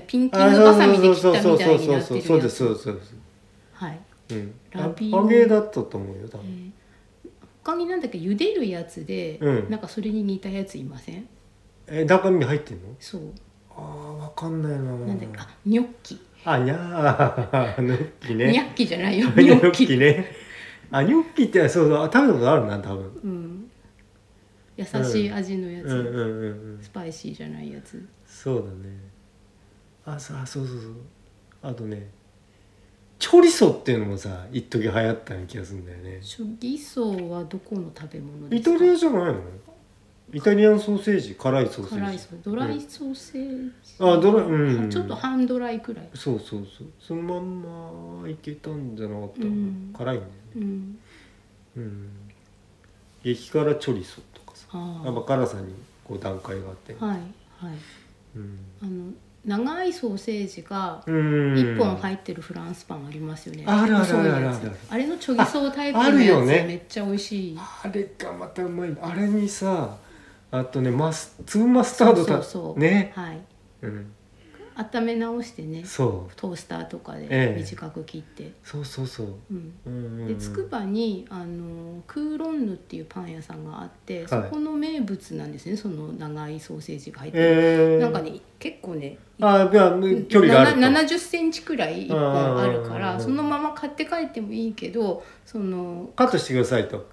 [SPEAKER 2] ピンキ
[SPEAKER 1] あ
[SPEAKER 2] ング
[SPEAKER 1] そう
[SPEAKER 2] バサミで切ったみたいになって
[SPEAKER 1] そうそうそうそう
[SPEAKER 2] る
[SPEAKER 1] そうで
[SPEAKER 2] や
[SPEAKER 1] すそう
[SPEAKER 2] つ
[SPEAKER 1] ですそうです
[SPEAKER 2] はい、
[SPEAKER 1] うん
[SPEAKER 2] ラビ
[SPEAKER 1] あ
[SPEAKER 2] オ
[SPEAKER 1] 揚
[SPEAKER 2] リ
[SPEAKER 1] げだったと思うよ多
[SPEAKER 2] え
[SPEAKER 1] 分
[SPEAKER 2] ー他になんだっけ茹でるやつで、
[SPEAKER 1] うん
[SPEAKER 2] なんかそれに似たやついません
[SPEAKER 1] え中身入ってんの
[SPEAKER 2] そう
[SPEAKER 1] あーわかんないな
[SPEAKER 2] なんだっけあニョッキ、
[SPEAKER 1] あにゃー ニョッキ
[SPEAKER 2] ニャ
[SPEAKER 1] ね
[SPEAKER 2] ッキじゃない よ
[SPEAKER 1] ニ
[SPEAKER 2] ニ
[SPEAKER 1] ョ
[SPEAKER 2] ョ
[SPEAKER 1] ッ
[SPEAKER 2] ッ
[SPEAKER 1] キ
[SPEAKER 2] キ
[SPEAKER 1] ねあニョッキってそうそうあ食べたことあるな多分
[SPEAKER 2] うん、優しい味のやつ、
[SPEAKER 1] うんうんうんうん
[SPEAKER 2] スパイシーじゃないやつ
[SPEAKER 1] そうだねあそうあそうそうそうあとねチョリソっていうのもさ一時流行ったような気がするんだよね
[SPEAKER 2] ショギソーはどこの食べ物で
[SPEAKER 1] イ
[SPEAKER 2] すか
[SPEAKER 1] タリアじゃないのイタリアンソーセージ辛いソーセージ
[SPEAKER 2] 辛いソードライソーセージ、
[SPEAKER 1] あドライうん
[SPEAKER 2] ちょっと半ドライくらい、
[SPEAKER 1] そうそうそうそのまんまいけたんじゃなかったかな、
[SPEAKER 2] うん
[SPEAKER 1] 辛いんだよね
[SPEAKER 2] うん、
[SPEAKER 1] うん激辛チョリソとかさ
[SPEAKER 2] あ
[SPEAKER 1] や
[SPEAKER 2] あ
[SPEAKER 1] っぱ辛さにこう段階があって
[SPEAKER 2] はいはい
[SPEAKER 1] うん
[SPEAKER 2] あの長いソーセージが
[SPEAKER 1] うん
[SPEAKER 2] 一本入ってるフランスパンありますよね、
[SPEAKER 1] あるあるあるあるある
[SPEAKER 2] 細いやつあれのチョギソータイプ
[SPEAKER 1] ああ
[SPEAKER 2] の
[SPEAKER 1] る
[SPEAKER 2] や
[SPEAKER 1] よ
[SPEAKER 2] つ、
[SPEAKER 1] ね
[SPEAKER 2] めっちゃ美味しい
[SPEAKER 1] あれがまたうまいあれにさあとねマス粒マスタードた
[SPEAKER 2] そうそうそう
[SPEAKER 1] ね、
[SPEAKER 2] はい
[SPEAKER 1] うん、
[SPEAKER 2] 温め直してね
[SPEAKER 1] そう
[SPEAKER 2] トースターとか
[SPEAKER 1] え
[SPEAKER 2] で
[SPEAKER 1] え
[SPEAKER 2] 短く切って、
[SPEAKER 1] そうそうそう、
[SPEAKER 2] うん、
[SPEAKER 1] うんうんうん
[SPEAKER 2] でつくばにあのクーロンヌっていうパン屋さんがあって、
[SPEAKER 1] い
[SPEAKER 2] そこの名物なんですねその長いソーセージが入ってる、
[SPEAKER 1] えー、
[SPEAKER 2] なんかね結構ね
[SPEAKER 1] あじゃあ距離があると
[SPEAKER 2] なな70センチくらい1本あるか
[SPEAKER 1] あー
[SPEAKER 2] らそのまま買って帰ってもいいけどその
[SPEAKER 1] カットしてくださいと
[SPEAKER 2] か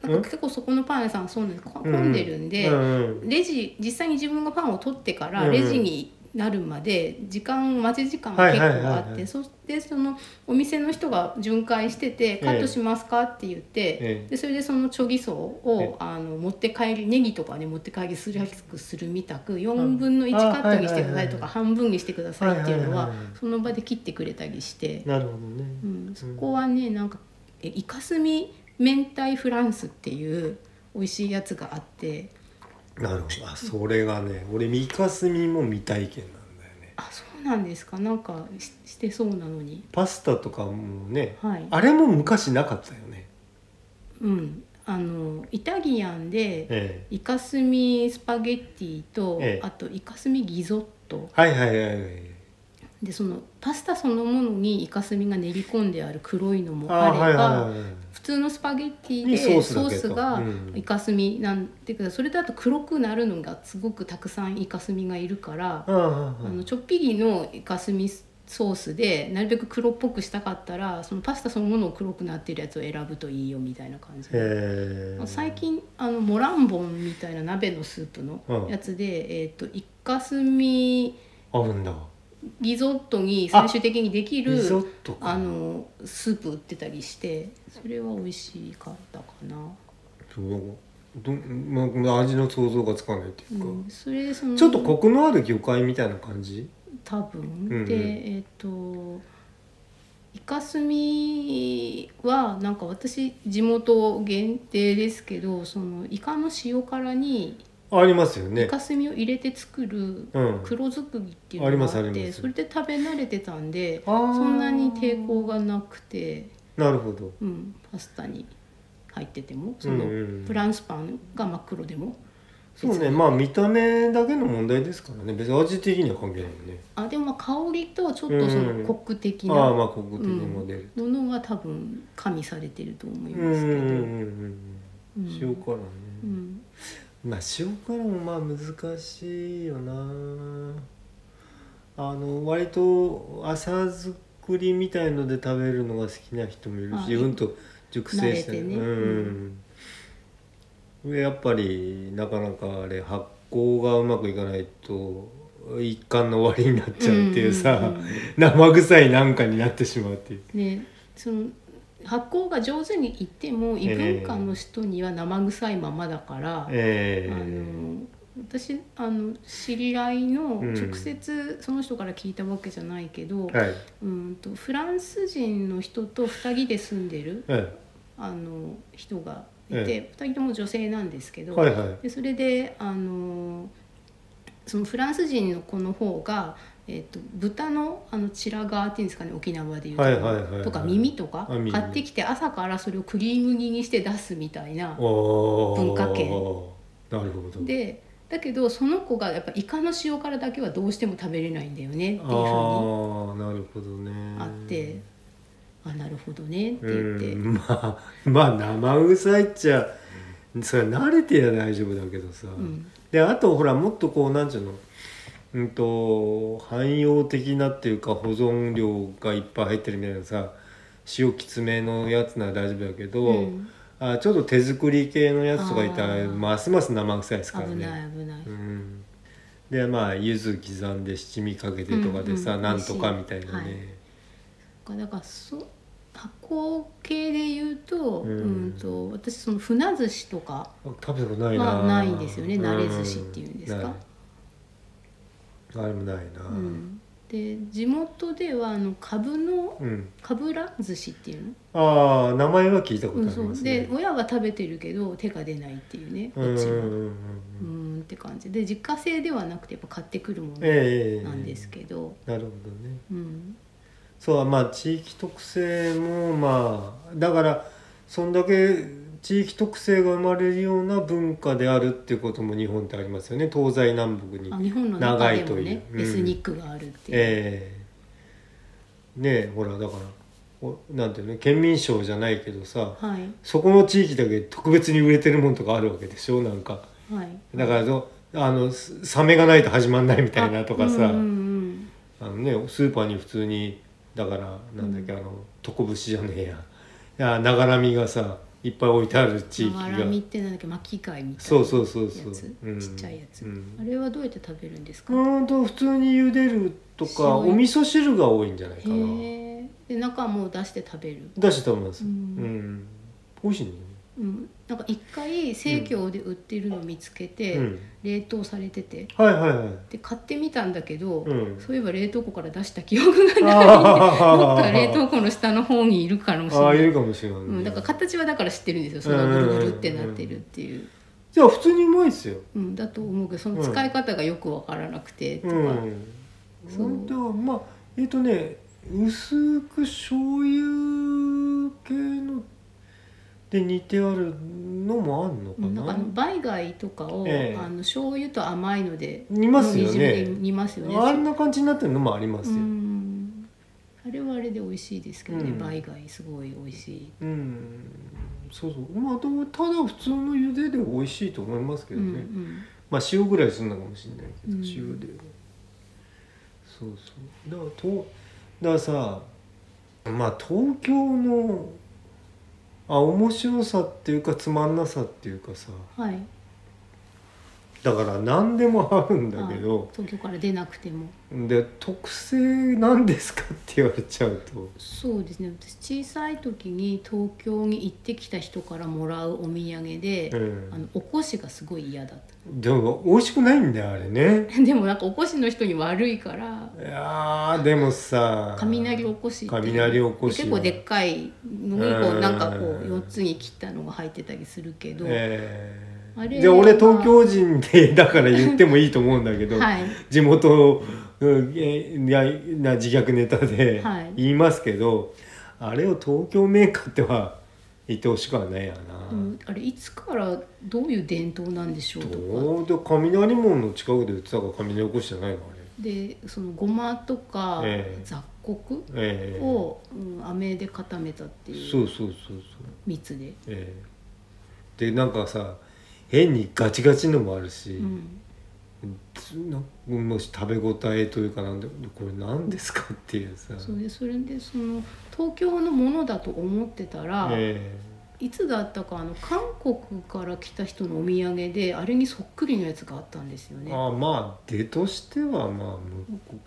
[SPEAKER 2] なん
[SPEAKER 1] うん
[SPEAKER 2] か結構そこのパン屋さんそうなんです混んでるんで、
[SPEAKER 1] うんうん
[SPEAKER 2] レジ実際に自分がパンを取ってから
[SPEAKER 1] うん
[SPEAKER 2] レジになるまで時間待ち時間が結構
[SPEAKER 1] はいはい
[SPEAKER 2] あ
[SPEAKER 1] はい
[SPEAKER 2] っ
[SPEAKER 1] はい
[SPEAKER 2] てそしてそのお店の人が巡回してて「カットしますか?」って言って、
[SPEAKER 1] ええ
[SPEAKER 2] でそれでそのチョギソー
[SPEAKER 1] え
[SPEAKER 2] をあの持って帰りネギとかね持って帰りするやすくするみたく4分の1
[SPEAKER 1] あ
[SPEAKER 2] カットにしてくださいとか
[SPEAKER 1] は
[SPEAKER 2] 半分にしてくださいってい
[SPEAKER 1] は
[SPEAKER 2] うの
[SPEAKER 1] い
[SPEAKER 2] は
[SPEAKER 1] はいはいはい
[SPEAKER 2] その場で切ってくれたりして、
[SPEAKER 1] なるほどね、
[SPEAKER 2] うん、そこはねなんかえイカスミ明太フランスっていう美味しいやつがあって
[SPEAKER 1] なるほどあそれがね俺三日みも未体験なんだよね
[SPEAKER 2] あそうなんですかなんかししてそうなのに
[SPEAKER 1] パスタとかもね
[SPEAKER 2] はい
[SPEAKER 1] あれも昔なかったよね
[SPEAKER 2] うんあのイタリアンで
[SPEAKER 1] ええ
[SPEAKER 2] イカスミスパゲッティと、
[SPEAKER 1] ええ
[SPEAKER 2] あとイカスミギゾット
[SPEAKER 1] はいはいはいはい
[SPEAKER 2] でそのパスタそのものにイカスミが練り込んである黒いのも
[SPEAKER 1] あ
[SPEAKER 2] あ
[SPEAKER 1] ー
[SPEAKER 2] れ
[SPEAKER 1] はい
[SPEAKER 2] ば、
[SPEAKER 1] はいはいはい
[SPEAKER 2] 普通のスパゲッティ
[SPEAKER 1] に
[SPEAKER 2] で
[SPEAKER 1] ソース
[SPEAKER 2] ソ
[SPEAKER 1] だ
[SPEAKER 2] ー
[SPEAKER 1] けと
[SPEAKER 2] スが
[SPEAKER 1] うん
[SPEAKER 2] イカスミなんていうかそれだと黒くなるのがすごくたくさんイカスミがいるから
[SPEAKER 1] あーあー
[SPEAKER 2] あ
[SPEAKER 1] あ
[SPEAKER 2] の
[SPEAKER 1] ー
[SPEAKER 2] ちょっぴりのイカスミソースでなるべく黒っぽくしたかったらそのパスタそのものを黒くなってるやつを選ぶといいよみたいな感じで、
[SPEAKER 1] ええ
[SPEAKER 2] 最近あのモランボンみたいな鍋のスープのやつで、えー、とイカスミ
[SPEAKER 1] あるんだ
[SPEAKER 2] リゾットに最終的にできる
[SPEAKER 1] リゾットか
[SPEAKER 2] あのスープ売ってたりしてそれは美味しかったかな、
[SPEAKER 1] そうど、まあ、この味の想像がつかないっていう
[SPEAKER 2] う
[SPEAKER 1] か、
[SPEAKER 2] ん、それその
[SPEAKER 1] ちょっとコクのある魚介みたいな感じ
[SPEAKER 2] 多分、
[SPEAKER 1] うんうん
[SPEAKER 2] でえっ、とイカスミはなんか私地元限定ですけどそのイカの塩辛に
[SPEAKER 1] ありますよ
[SPEAKER 2] イ
[SPEAKER 1] ね
[SPEAKER 2] カスミを入れて作る
[SPEAKER 1] うん
[SPEAKER 2] 黒づくぎってい
[SPEAKER 1] あり
[SPEAKER 2] うの
[SPEAKER 1] ます
[SPEAKER 2] があっ
[SPEAKER 1] あり
[SPEAKER 2] て
[SPEAKER 1] ます
[SPEAKER 2] それで食べ慣れてたんで
[SPEAKER 1] あー
[SPEAKER 2] そんなに抵抗がなくて、
[SPEAKER 1] なるほど
[SPEAKER 2] うん、パスタに入っててもそ
[SPEAKER 1] うんうんうん
[SPEAKER 2] のフランスパンが真っ黒でも
[SPEAKER 1] そうねまあ見た目だけの問題ですからね別に味的には関係ないもんね
[SPEAKER 2] あでもまあ香りとちょっとそ
[SPEAKER 1] うん
[SPEAKER 2] のコク的な。
[SPEAKER 1] ああまあ国語的にも出る、
[SPEAKER 2] ものが多分加味されてると思い
[SPEAKER 1] うん、う
[SPEAKER 2] ま
[SPEAKER 1] ん
[SPEAKER 2] す
[SPEAKER 1] う
[SPEAKER 2] けど、
[SPEAKER 1] んうんうん塩辛ね、
[SPEAKER 2] うん
[SPEAKER 1] まあ塩辛もまあ難しいよなあの割と浅作りみたいので食べるのが好きな人もいる
[SPEAKER 2] あ
[SPEAKER 1] しうんと熟成して
[SPEAKER 2] 慣れてね
[SPEAKER 1] うん、でやっぱりなかなかあれ発酵がうまくいかないと一貫の終わりになっちゃうっていうさ、
[SPEAKER 2] うんうんうん
[SPEAKER 1] 生臭いなんかになってしまうっていう
[SPEAKER 2] ねその発酵が上手にいっても異文化の人には生臭いままだから、
[SPEAKER 1] ええ
[SPEAKER 2] あの私あの知り合いの
[SPEAKER 1] うん
[SPEAKER 2] 直接その人から聞いたわけじゃないけど、
[SPEAKER 1] はい、
[SPEAKER 2] うんとフランス人の人と2人で住んでる
[SPEAKER 1] え
[SPEAKER 2] あの人がい
[SPEAKER 1] え
[SPEAKER 2] て、二2人とも女性なんですけ
[SPEAKER 1] え
[SPEAKER 2] ど、
[SPEAKER 1] はいはい
[SPEAKER 2] でそれであのそのフランス人の子の方が、えっと豚のあのチラガーっていうんですかね沖縄でいうと,、
[SPEAKER 1] はいはいはいはい
[SPEAKER 2] とか耳とか
[SPEAKER 1] あ耳
[SPEAKER 2] 買ってきて朝からそれをクリーム煮にして出すみたいな。
[SPEAKER 1] おー
[SPEAKER 2] 文化圏
[SPEAKER 1] なるほど
[SPEAKER 2] でだけどその子がやっぱイカの塩辛だけはどうしても食べれないんだよねっていうふう
[SPEAKER 1] あ
[SPEAKER 2] に
[SPEAKER 1] あなるほどね
[SPEAKER 2] あってあなるほどねって
[SPEAKER 1] う
[SPEAKER 2] 言って、
[SPEAKER 1] んまあまあ生臭いっちゃそれ慣れてりゃ大丈夫だけどさ、
[SPEAKER 2] ん
[SPEAKER 1] であとほらもっとこうなんていうのうんと汎用的なっていうか保存量がいっぱい入ってるみたいなさ塩きつめのやつなら大丈夫だけど、
[SPEAKER 2] うん
[SPEAKER 1] あちょっと手作り系のやつとかいたら
[SPEAKER 2] あー
[SPEAKER 1] ますます生臭いですからね
[SPEAKER 2] 危ない危ない、
[SPEAKER 1] うんでまあ柚子刻んで七味かけてとかでさ、
[SPEAKER 2] うんうん
[SPEAKER 1] なんとかみたいな
[SPEAKER 2] 美味しい
[SPEAKER 1] ね、
[SPEAKER 2] かだからそ発酵系で言うと,、
[SPEAKER 1] う
[SPEAKER 2] うんん、と私その船寿司とか
[SPEAKER 1] 食べたことないな、
[SPEAKER 2] はないんですよね
[SPEAKER 1] うん
[SPEAKER 2] 慣れ寿司っていうんですか
[SPEAKER 1] ないあれもないな
[SPEAKER 2] う
[SPEAKER 1] うん、
[SPEAKER 2] ん、で地元ではあのカブのカブラ寿司っていうの、
[SPEAKER 1] ああ名前は聞いたこ
[SPEAKER 2] う
[SPEAKER 1] と
[SPEAKER 2] ん、
[SPEAKER 1] あり
[SPEAKER 2] そ
[SPEAKER 1] ま
[SPEAKER 2] う
[SPEAKER 1] す
[SPEAKER 2] で
[SPEAKER 1] ね
[SPEAKER 2] 親は食べてるけど手が出ないっていうねこ
[SPEAKER 1] うん
[SPEAKER 2] っちは
[SPEAKER 1] うんうんうん
[SPEAKER 2] うーんって感じで実家製ではなくてやっぱ買ってくるもの
[SPEAKER 1] ええ
[SPEAKER 2] なんですけど、
[SPEAKER 1] なるほどね
[SPEAKER 2] うん、
[SPEAKER 1] そうまあ地域特性もまあだからそんだけ地域特性が生まれるような文化であるっていうことも日本ってありますよね東西南北に
[SPEAKER 2] あ日本の中でも
[SPEAKER 1] 長い
[SPEAKER 2] ね
[SPEAKER 1] という
[SPEAKER 2] エスニックがあるっていう、
[SPEAKER 1] ええねえほらだからおなんていうの県民賞じゃないけどさ
[SPEAKER 2] はい
[SPEAKER 1] そこの地域だけ特別に売れてるもんとかあるわけでしょなんか
[SPEAKER 2] はい
[SPEAKER 1] だからどあのすサメがないと始まんないみたいなとかさ
[SPEAKER 2] あうんうん
[SPEAKER 1] あのね、スーパーに普通にだからなんだっけ、あの床節じゃねえやいや長波がさいっぱい置いてある
[SPEAKER 2] う
[SPEAKER 1] 地
[SPEAKER 2] ん
[SPEAKER 1] 域が
[SPEAKER 2] わらみってなんだっけ巻き貝みたいな
[SPEAKER 1] そうそうそうそう
[SPEAKER 2] やつ
[SPEAKER 1] うん
[SPEAKER 2] ちっちゃいやつ、
[SPEAKER 1] うん
[SPEAKER 2] あれはどうやって食べるんですか、
[SPEAKER 1] うーんと普通に茹でるとか
[SPEAKER 2] 白い
[SPEAKER 1] お味噌汁が多いんじゃないかな
[SPEAKER 2] へえで中はもう出して食べる、
[SPEAKER 1] だしと思います
[SPEAKER 2] う
[SPEAKER 1] うんん、美味しいん
[SPEAKER 2] うん、なんか一回生協で売ってるの見つけ
[SPEAKER 1] だ
[SPEAKER 2] て、
[SPEAKER 1] よね、
[SPEAKER 2] 冷凍されてて
[SPEAKER 1] うん、はいはいはい
[SPEAKER 2] で買ってみたんだけど、
[SPEAKER 1] うん
[SPEAKER 2] そういえば冷凍庫から出した記憶が ないどっか冷凍
[SPEAKER 1] あ
[SPEAKER 2] 庫の下の方にいるかもしれ
[SPEAKER 1] あ
[SPEAKER 2] ないい
[SPEAKER 1] るかもしれない、ね
[SPEAKER 2] うん、だから形はだから知ってるんですよそのぐるぐるってなってるっていう、
[SPEAKER 1] じゃあ普通にうまいっすよ
[SPEAKER 2] うん、だと思うけどその使い方がよくわからなくてと
[SPEAKER 1] う
[SPEAKER 2] か、
[SPEAKER 1] ん
[SPEAKER 2] そう
[SPEAKER 1] うんではまあえっ、とね薄く醤油系ので似てあるのもあんのか
[SPEAKER 2] なんか
[SPEAKER 1] な
[SPEAKER 2] あの梅貝とかを、
[SPEAKER 1] ええ
[SPEAKER 2] あの醤油と甘いので
[SPEAKER 1] 似ますよ
[SPEAKER 2] 煮汁
[SPEAKER 1] ね
[SPEAKER 2] で煮ますよね
[SPEAKER 1] あんな感じになってるのもあります
[SPEAKER 2] う
[SPEAKER 1] よ、
[SPEAKER 2] んあれはあれで美味しいですけどね、
[SPEAKER 1] うん
[SPEAKER 2] 梅貝すごい美味しい、
[SPEAKER 1] うんそうそうまあでもただ普通の茹でで美味しいと思いますけ
[SPEAKER 2] うん
[SPEAKER 1] ど
[SPEAKER 2] う
[SPEAKER 1] ね、
[SPEAKER 2] ん、
[SPEAKER 1] まあ塩ぐらいするのかもしれないけど、
[SPEAKER 2] うん
[SPEAKER 1] 塩でそうそうだからとだからさまあ東京のあ面白さっていうかつまんなさっていうかさ
[SPEAKER 2] はい
[SPEAKER 1] だから何でもあるんだけ
[SPEAKER 2] あ
[SPEAKER 1] ど
[SPEAKER 2] 東京から出なくても
[SPEAKER 1] で特性なんですかって言われちゃうと
[SPEAKER 2] そうですね私小さい時に東京に行ってきた人からもらうお土産で、
[SPEAKER 1] うん
[SPEAKER 2] あのおこしがすごい嫌だっ
[SPEAKER 1] でも美味しくないんだよあれね
[SPEAKER 2] た でもなんかおこしの人に悪いから
[SPEAKER 1] いやーでもさ
[SPEAKER 2] 雷おこしっていう
[SPEAKER 1] 雷おこしは
[SPEAKER 2] 結構でっかいのにこ
[SPEAKER 1] う
[SPEAKER 2] うんなんかこう4つに切ったのが入ってたりするけど、
[SPEAKER 1] え
[SPEAKER 2] あ
[SPEAKER 1] え
[SPEAKER 2] れ
[SPEAKER 1] で俺
[SPEAKER 2] は
[SPEAKER 1] 東京人でだから言ってもいいと思うんだけど、
[SPEAKER 2] はい
[SPEAKER 1] 地元うんえいやな自虐ネタで
[SPEAKER 2] はい
[SPEAKER 1] 言いますけど、あれを東京メーカーっては言ってほしくはないやな。
[SPEAKER 2] うんあれいつからどういう伝統なんでしょうと
[SPEAKER 1] ど
[SPEAKER 2] か
[SPEAKER 1] うで雷門の近くで売ってたから雷おこしじゃないのあれ。
[SPEAKER 2] でそのごまとか
[SPEAKER 1] ええ
[SPEAKER 2] 雑穀
[SPEAKER 1] ええ
[SPEAKER 2] を、うん、飴で固めたってい
[SPEAKER 1] そううそうそうそう。
[SPEAKER 2] 蜜で、
[SPEAKER 1] ええでなんかさ変にガチガチのもあるし。
[SPEAKER 2] うん、
[SPEAKER 1] なもし食べ応えというかなんでこれ何ですかっていうさ
[SPEAKER 2] それでそれでその東京のものだと思ってたら、
[SPEAKER 1] え
[SPEAKER 2] いつだったかあの韓国から来た人のお土産であれにそっくりのやつがあったんですよ
[SPEAKER 1] え
[SPEAKER 2] ね。
[SPEAKER 1] あまあ出としてはまあ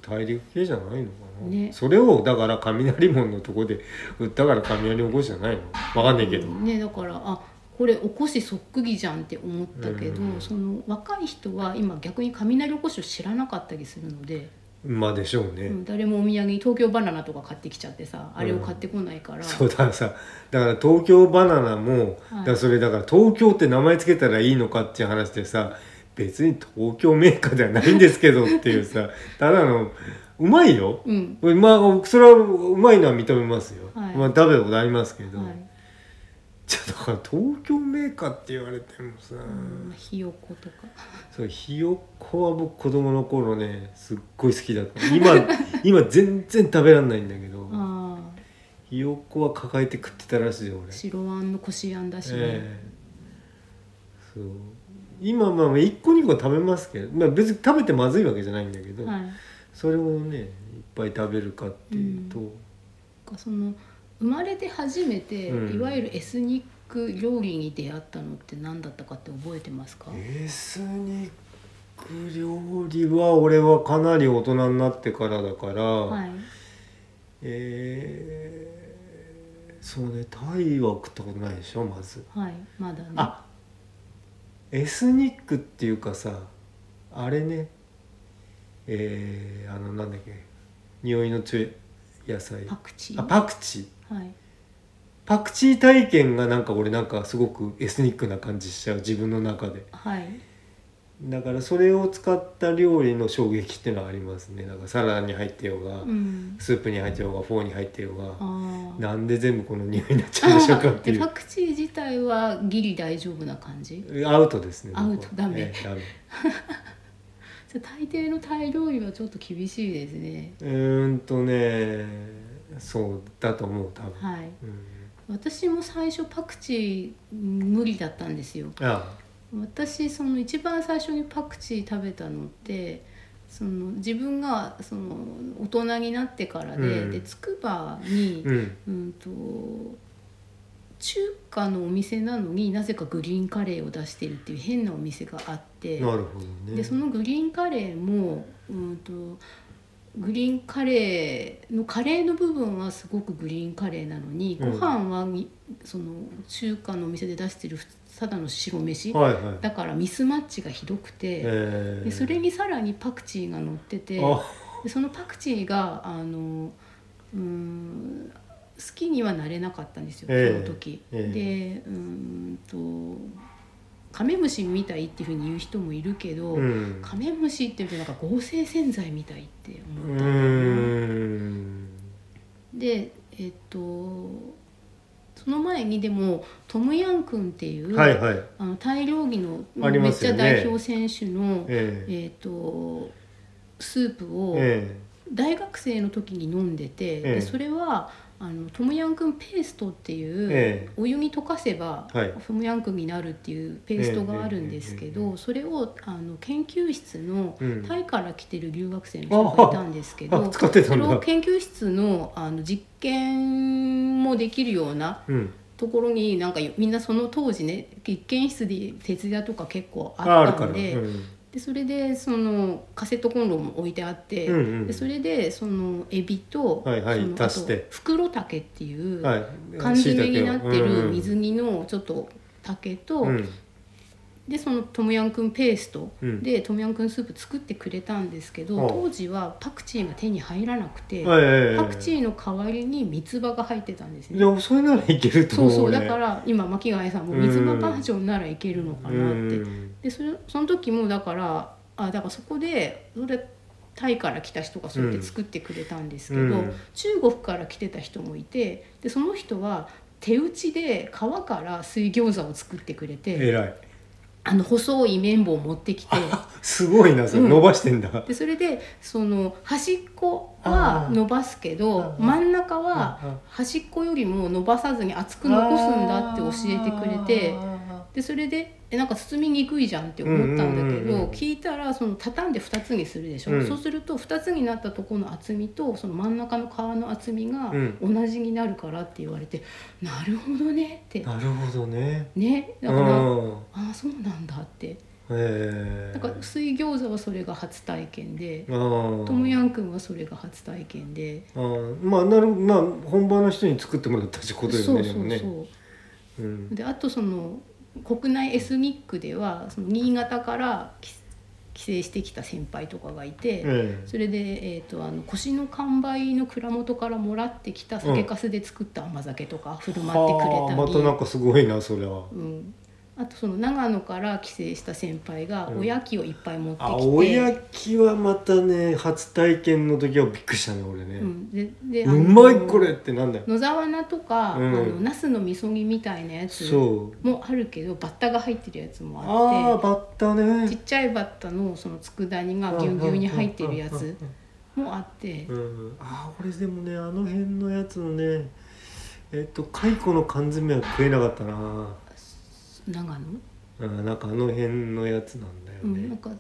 [SPEAKER 1] 大陸系じゃないのかな、
[SPEAKER 2] ね
[SPEAKER 1] それをだから雷門のとこで売ったから雷おこしじゃないのわかんないけど、
[SPEAKER 2] うんねだからあこれおこしそっくりじゃんって思ったけど、
[SPEAKER 1] うん
[SPEAKER 2] その若い人は今逆に雷おこしを知らなかったりするので、
[SPEAKER 1] まあでしょうね、
[SPEAKER 2] うん誰もお土産に東京バナナとか買ってきちゃってさあれを買ってこないから、
[SPEAKER 1] そうだからさだから東京バナナも、
[SPEAKER 2] は
[SPEAKER 1] だ
[SPEAKER 2] い
[SPEAKER 1] からそれだから東京って名前つけたらいいのかっていう話でさ別に東京メーカーではないんですけどっていうさ ただのうまいよ
[SPEAKER 2] うん
[SPEAKER 1] まあそれはうまいのは認めますよ、
[SPEAKER 2] はい
[SPEAKER 1] まあ食べたことありますけど、
[SPEAKER 2] はい
[SPEAKER 1] じゃ あだから東京メーカーって言われてもさ、
[SPEAKER 2] うんまあ、ひよことか
[SPEAKER 1] そうひよこは僕子供の頃ねすっごい好きだった今 今全然食べられないんだけど
[SPEAKER 2] あ
[SPEAKER 1] ひよこは抱えて食ってたらしいよ
[SPEAKER 2] あ
[SPEAKER 1] 俺、
[SPEAKER 2] 白あんのこしあんだしね、
[SPEAKER 1] ええそう今まあ1個2個食べますけど、まあ、別に食べてまずいわけじゃないんだけど、
[SPEAKER 2] はい、
[SPEAKER 1] それをねいっぱい食べるかっていうと、
[SPEAKER 2] かその生まれて初めて、
[SPEAKER 1] うん
[SPEAKER 2] いわゆるエスニック料理に出会ったのって何だったかって覚えてますか、
[SPEAKER 1] エスニック料理は俺はかなり大人になってからだから、
[SPEAKER 2] はい、
[SPEAKER 1] えーそうねタイは食ったことないでしょまず
[SPEAKER 2] はい、まだね
[SPEAKER 1] あエスニックっていうかさあれねえーあのなんだっけ匂いの強い野菜
[SPEAKER 2] パクチー
[SPEAKER 1] あパクチー
[SPEAKER 2] はい、
[SPEAKER 1] パクチー体験がなんか俺なんかすごくエスニックな感じしちゃう自分の中で
[SPEAKER 2] はい、
[SPEAKER 1] だからそれを使った料理の衝撃っていうのはありますねだからサラダに入ってようが、
[SPEAKER 2] うん、
[SPEAKER 1] スープに入ってようがフォーに入ってようが、
[SPEAKER 2] ああ
[SPEAKER 1] なんで全部この匂いになっちゃうんでしょうかってい
[SPEAKER 2] パ
[SPEAKER 1] う
[SPEAKER 2] クチー自体はギリ大丈夫な感じ
[SPEAKER 1] アウトですね
[SPEAKER 2] アウト
[SPEAKER 1] 僕は
[SPEAKER 2] ダメ
[SPEAKER 1] ええダメ
[SPEAKER 2] じゃあ大抵のタイ料理はちょっと厳しいですね
[SPEAKER 1] うーんとねそうだと思う多分、
[SPEAKER 2] はい
[SPEAKER 1] うん、
[SPEAKER 2] 私も最初パクチー無理だったんですよ
[SPEAKER 1] あ
[SPEAKER 2] 私その一番最初にパクチー食べたのってその自分がその大人になってからで、
[SPEAKER 1] うん
[SPEAKER 2] でつくばに
[SPEAKER 1] う、ん
[SPEAKER 2] うん、と中華のお店なのになぜかグリーンカレーを出してるっていう変なお店があって
[SPEAKER 1] なるほどね
[SPEAKER 2] でそのグリーンカレーも、うん、とグリーンカレーのカレーの部分はすごくグリーンカレーなのに
[SPEAKER 1] う
[SPEAKER 2] ご
[SPEAKER 1] ん
[SPEAKER 2] 飯はにその中華のお店で出してるただの白飯
[SPEAKER 1] はいはい
[SPEAKER 2] だからミスマッチがひどくて、
[SPEAKER 1] ええ
[SPEAKER 2] でそれにさらにパクチーが乗ってて
[SPEAKER 1] あ
[SPEAKER 2] でそのパクチーがあのうーん好きにはなれなかったんですよ、
[SPEAKER 1] ええ
[SPEAKER 2] その時、
[SPEAKER 1] え
[SPEAKER 2] でうーんとカメムシみたいっていうふうに言う人もいるけど、
[SPEAKER 1] うん
[SPEAKER 2] カメムシっていうとなんか合成洗剤みたいって
[SPEAKER 1] う
[SPEAKER 2] 思ったんだよね
[SPEAKER 1] ーん
[SPEAKER 2] でえっとその前にでもトムヤン君っていう、
[SPEAKER 1] はいはい
[SPEAKER 2] あのタイ料理の
[SPEAKER 1] あり
[SPEAKER 2] め
[SPEAKER 1] ま
[SPEAKER 2] っ
[SPEAKER 1] す
[SPEAKER 2] ち
[SPEAKER 1] よ
[SPEAKER 2] ゃ
[SPEAKER 1] ね
[SPEAKER 2] 代表選手の、
[SPEAKER 1] ええ
[SPEAKER 2] えー、とスープを
[SPEAKER 1] え
[SPEAKER 2] 大学生の時に飲んでて、
[SPEAKER 1] え
[SPEAKER 2] で
[SPEAKER 1] え
[SPEAKER 2] それはあのトムヤンクンペーストっていう、
[SPEAKER 1] ええ
[SPEAKER 2] お湯に溶かせば、
[SPEAKER 1] はい
[SPEAKER 2] トムヤンクンになるっていうペーストがあるんですけど、
[SPEAKER 1] ええええ
[SPEAKER 2] それをあの研究室の、
[SPEAKER 1] うん
[SPEAKER 2] タイから来てる留学生の人がいたんですけ
[SPEAKER 1] あ
[SPEAKER 2] ど。
[SPEAKER 1] 使ってた
[SPEAKER 2] そ
[SPEAKER 1] ん
[SPEAKER 2] れを
[SPEAKER 1] だ
[SPEAKER 2] 研究室のあの実験もできるような
[SPEAKER 1] うん
[SPEAKER 2] ところになんかみんなその当時ね実験室で徹夜とか結構
[SPEAKER 1] あ
[SPEAKER 2] あ
[SPEAKER 1] ある
[SPEAKER 2] っ
[SPEAKER 1] か
[SPEAKER 2] た
[SPEAKER 1] ら
[SPEAKER 2] んで,、
[SPEAKER 1] うん
[SPEAKER 2] でそれでそのカセットコンロも置いてあって、
[SPEAKER 1] うんうん
[SPEAKER 2] でそれでそのエビと、
[SPEAKER 1] はいはい
[SPEAKER 2] その
[SPEAKER 1] 足して
[SPEAKER 2] あと袋竹っていう、
[SPEAKER 1] はい
[SPEAKER 2] 缶詰になってる水
[SPEAKER 1] 煮
[SPEAKER 2] 煮のちょっと竹と、
[SPEAKER 1] うんうん
[SPEAKER 2] でそのトムヤンくんペースト
[SPEAKER 1] うん
[SPEAKER 2] で、トムヤンくんスープ作ってくれたんですけど、
[SPEAKER 1] うん
[SPEAKER 2] 当時はパクチーが手に入らなくて、
[SPEAKER 1] ええ
[SPEAKER 2] パクチーの代わりに三つ葉が入ってたんですね。
[SPEAKER 1] でもそれならいけると
[SPEAKER 2] そう
[SPEAKER 1] 思う
[SPEAKER 2] そう
[SPEAKER 1] ね
[SPEAKER 2] だから今巻貝さんも水場バージョンならいけるのかなって、
[SPEAKER 1] うん
[SPEAKER 2] でそれその時もだからあだからそこでそれタイから来た人がそうやって作ってくれたんですけど、
[SPEAKER 1] うん
[SPEAKER 2] 中国から来てた人もいてでその人は手打ちで皮から水餃子を作ってくれて、
[SPEAKER 1] 偉い
[SPEAKER 2] あの細い綿棒を持って きて。
[SPEAKER 1] すごいなそれ
[SPEAKER 2] うん
[SPEAKER 1] 伸ばしてんだ
[SPEAKER 2] でそれでその端っこは
[SPEAKER 1] あー
[SPEAKER 2] 伸ばすけど
[SPEAKER 1] あー
[SPEAKER 2] 真ん中
[SPEAKER 1] あ
[SPEAKER 2] は
[SPEAKER 1] ー
[SPEAKER 2] 端っこよりも伸ばさずに厚く残すんだって教えてくれて
[SPEAKER 1] あ
[SPEAKER 2] でそれでえなんか包みにくいじゃんって思ったんだけ
[SPEAKER 1] うんうん
[SPEAKER 2] ど、
[SPEAKER 1] うんうん
[SPEAKER 2] 聞いたらその畳んで2つにするでしょ、
[SPEAKER 1] うん
[SPEAKER 2] そうすると2つになったところの厚みとその真ん中の皮の厚みが
[SPEAKER 1] うん
[SPEAKER 2] 同じになるからって言われて、なるほどねって
[SPEAKER 1] ーなるほどね
[SPEAKER 2] ねだから、あ
[SPEAKER 1] うん
[SPEAKER 2] あそうなんだって
[SPEAKER 1] ええ
[SPEAKER 2] だから水餃子はそれが初体験で。
[SPEAKER 1] ああ
[SPEAKER 2] トムヤン君はそれが初体験で、
[SPEAKER 1] あーまあなるまあ本場の人に作ってもらったってことよね
[SPEAKER 2] そう
[SPEAKER 1] で
[SPEAKER 2] そ
[SPEAKER 1] も
[SPEAKER 2] う
[SPEAKER 1] ね
[SPEAKER 2] そううんであとその国内エスニックではその新潟から帰帰省してきた先輩とかがいて、
[SPEAKER 1] え
[SPEAKER 2] それで、えー、とあの腰の完売の蔵元からもらってきた酒粕で作った甘酒とか振る
[SPEAKER 1] え
[SPEAKER 2] 舞ってく
[SPEAKER 1] はあ
[SPEAKER 2] れた
[SPEAKER 1] ま
[SPEAKER 2] り、
[SPEAKER 1] たなんかすごいなそれは
[SPEAKER 2] うん、あとその長野から帰省した先輩が
[SPEAKER 1] うん
[SPEAKER 2] おやきをいっぱい持ってき
[SPEAKER 1] あ
[SPEAKER 2] て、
[SPEAKER 1] おやきはまたね初体験の時はびっくりしたね俺
[SPEAKER 2] う
[SPEAKER 1] ね、
[SPEAKER 2] ん、でで
[SPEAKER 1] うま
[SPEAKER 2] あ
[SPEAKER 1] い
[SPEAKER 2] の
[SPEAKER 1] これってなんだよ
[SPEAKER 2] 野沢菜とか、
[SPEAKER 1] うん
[SPEAKER 2] あのナスの味噌煮みたいなやつ
[SPEAKER 1] そう
[SPEAKER 2] もあるけどバッタが入ってるやつも
[SPEAKER 1] ああ
[SPEAKER 2] あって
[SPEAKER 1] バッタ
[SPEAKER 2] ちっ
[SPEAKER 1] ね
[SPEAKER 2] ちゃいバッタのその佃煮がぎゅうぎゅうに入ってるやつもあって
[SPEAKER 1] うん、あー俺でもねあの辺のやつのねえっと蚕の缶詰は食えなかったな
[SPEAKER 2] 長野、
[SPEAKER 1] うんなんかあの辺のやつなんだよ
[SPEAKER 2] うん、なん
[SPEAKER 1] ね、
[SPEAKER 2] か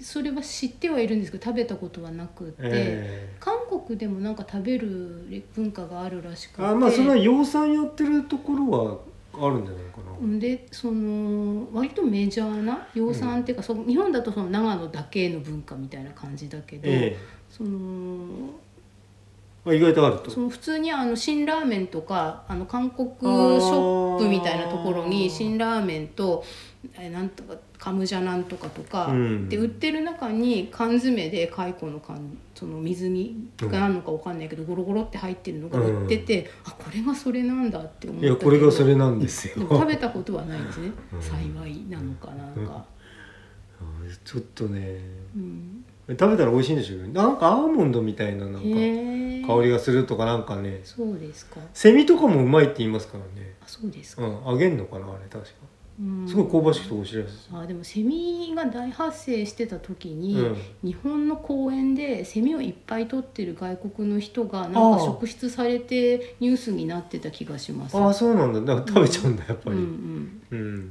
[SPEAKER 2] それは知ってはいるんですけど食べたことはなくて、
[SPEAKER 1] ええ
[SPEAKER 2] 韓国でもなんか食べる文化があるらしくて
[SPEAKER 1] あーまあそれは養蚕やってるところはあるんじゃないかな、
[SPEAKER 2] うんでその割とメジャーな養蚕っていうか、その日本だとその長野だけの文化みたいな感じだけど、
[SPEAKER 1] ええ
[SPEAKER 2] その
[SPEAKER 1] あ意外とあると
[SPEAKER 2] その普通にあの辛ラーメンとかあの韓国ショップみたいなところ
[SPEAKER 1] あ
[SPEAKER 2] に
[SPEAKER 1] ー
[SPEAKER 2] 辛ラーメンとえなんとかカムジャなんとかとか、
[SPEAKER 1] うん
[SPEAKER 2] で売ってる中に缶詰で蚕の缶その水煮が何のかわかんないけど、ゴロゴロって入ってるのが売ってて、あこれがそれなんだって思った
[SPEAKER 1] い
[SPEAKER 2] けど
[SPEAKER 1] やこれがそれなんです
[SPEAKER 2] で
[SPEAKER 1] よ
[SPEAKER 2] も食べたことはないんですね、
[SPEAKER 1] うん
[SPEAKER 2] 幸いなのかなんか、
[SPEAKER 1] ちょっとね
[SPEAKER 2] うん、
[SPEAKER 1] 食べたら美味しいんでしょうけどなんかアーモンドみたいななんか香
[SPEAKER 2] へえ
[SPEAKER 1] りがするとかなんかね
[SPEAKER 2] そうですか
[SPEAKER 1] セミとかもうまいって言いますからね
[SPEAKER 2] あそうです
[SPEAKER 1] う
[SPEAKER 2] か、
[SPEAKER 1] ん揚げんのかなあれ確か
[SPEAKER 2] うん
[SPEAKER 1] すごい香ばしくて美味しいらしいです
[SPEAKER 2] あでもセミが大発生してた時に、
[SPEAKER 1] うん
[SPEAKER 2] 日本の公園でセミをいっぱい取ってる外国の人がなん
[SPEAKER 1] ああ
[SPEAKER 2] か職質されてニュースになってた気がします。
[SPEAKER 1] ああそうなんだだから食べちゃうんだやっぱ
[SPEAKER 2] うん
[SPEAKER 1] り
[SPEAKER 2] う
[SPEAKER 1] うん、
[SPEAKER 2] ん、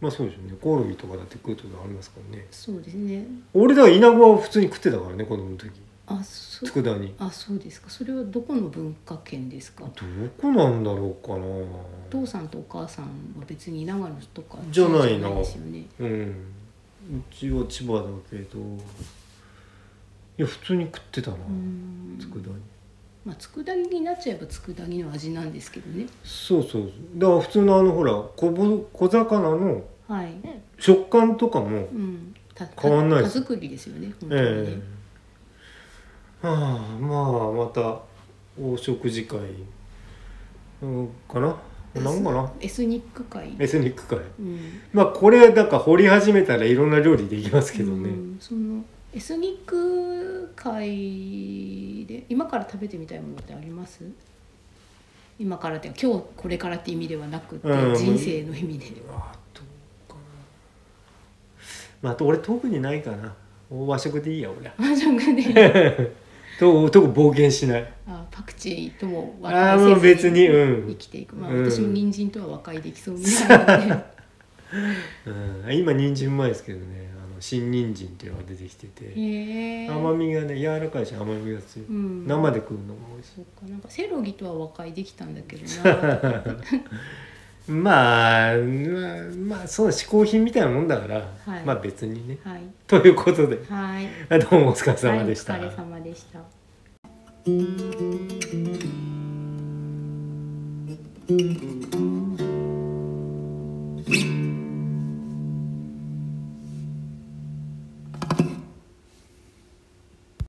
[SPEAKER 1] まあそうでしょうねコオロギとかだって食うとありますからね
[SPEAKER 2] そうですね。
[SPEAKER 1] 俺だからイナゴは普通に食ってたからね子供の時
[SPEAKER 2] あそ
[SPEAKER 1] 佃煮
[SPEAKER 2] あそうですか。それはどこの文化圏ですか。
[SPEAKER 1] どこなんだろうか
[SPEAKER 2] お
[SPEAKER 1] な
[SPEAKER 2] 父さんとお母さんは別に長野とか
[SPEAKER 1] じゃないな
[SPEAKER 2] ですよね。
[SPEAKER 1] うんうちは千葉だけどいや普通に食ってたな
[SPEAKER 2] うん
[SPEAKER 1] 佃煮
[SPEAKER 2] まあ佃煮になっちゃえば佃煮の味なんですけどね。
[SPEAKER 1] そうそうそうだから普通のあのほら小ぶ小魚の
[SPEAKER 2] はい。
[SPEAKER 1] 食感とかも
[SPEAKER 2] うん。た
[SPEAKER 1] 変わんないで
[SPEAKER 2] 手
[SPEAKER 1] す
[SPEAKER 2] 作りですよね。本当にね。
[SPEAKER 1] ええはあまあまたお食事会うんかななんかな
[SPEAKER 2] エスニック界。
[SPEAKER 1] エスニック会
[SPEAKER 2] うん。
[SPEAKER 1] まあこれだから掘り始めたらいろんな料理できますけどね、
[SPEAKER 2] うんそのエスニック界で今から食べてみたいものってあります今からって今日これからって意味ではなくて、
[SPEAKER 1] うん
[SPEAKER 2] 人生の意味で
[SPEAKER 1] あどうかなまああと俺特にないかな和食でいいや俺
[SPEAKER 2] マージャン で
[SPEAKER 1] と特に冒険しない
[SPEAKER 2] あパクチーとも
[SPEAKER 1] あーもう別にうん
[SPEAKER 2] 生きていく、まあ、
[SPEAKER 1] うん
[SPEAKER 2] 私も人参とは和解できそうにな いので、
[SPEAKER 1] うん今人参うまいですけどねあの新人参っていうのが出てきてて
[SPEAKER 2] へえ
[SPEAKER 1] 甘みがね柔らかいし甘みが強い、
[SPEAKER 2] うん
[SPEAKER 1] 生で食うのも美味しい
[SPEAKER 2] そっかなんかセロギとは和解できたんだけど な
[SPEAKER 1] まあまあ、まあ、そう嗜好品みたいなもんだから、
[SPEAKER 2] はい
[SPEAKER 1] まあ別にね
[SPEAKER 2] はい
[SPEAKER 1] ということで
[SPEAKER 2] はい
[SPEAKER 1] あどうもお疲れ様でした、
[SPEAKER 2] はい、お疲れ様でした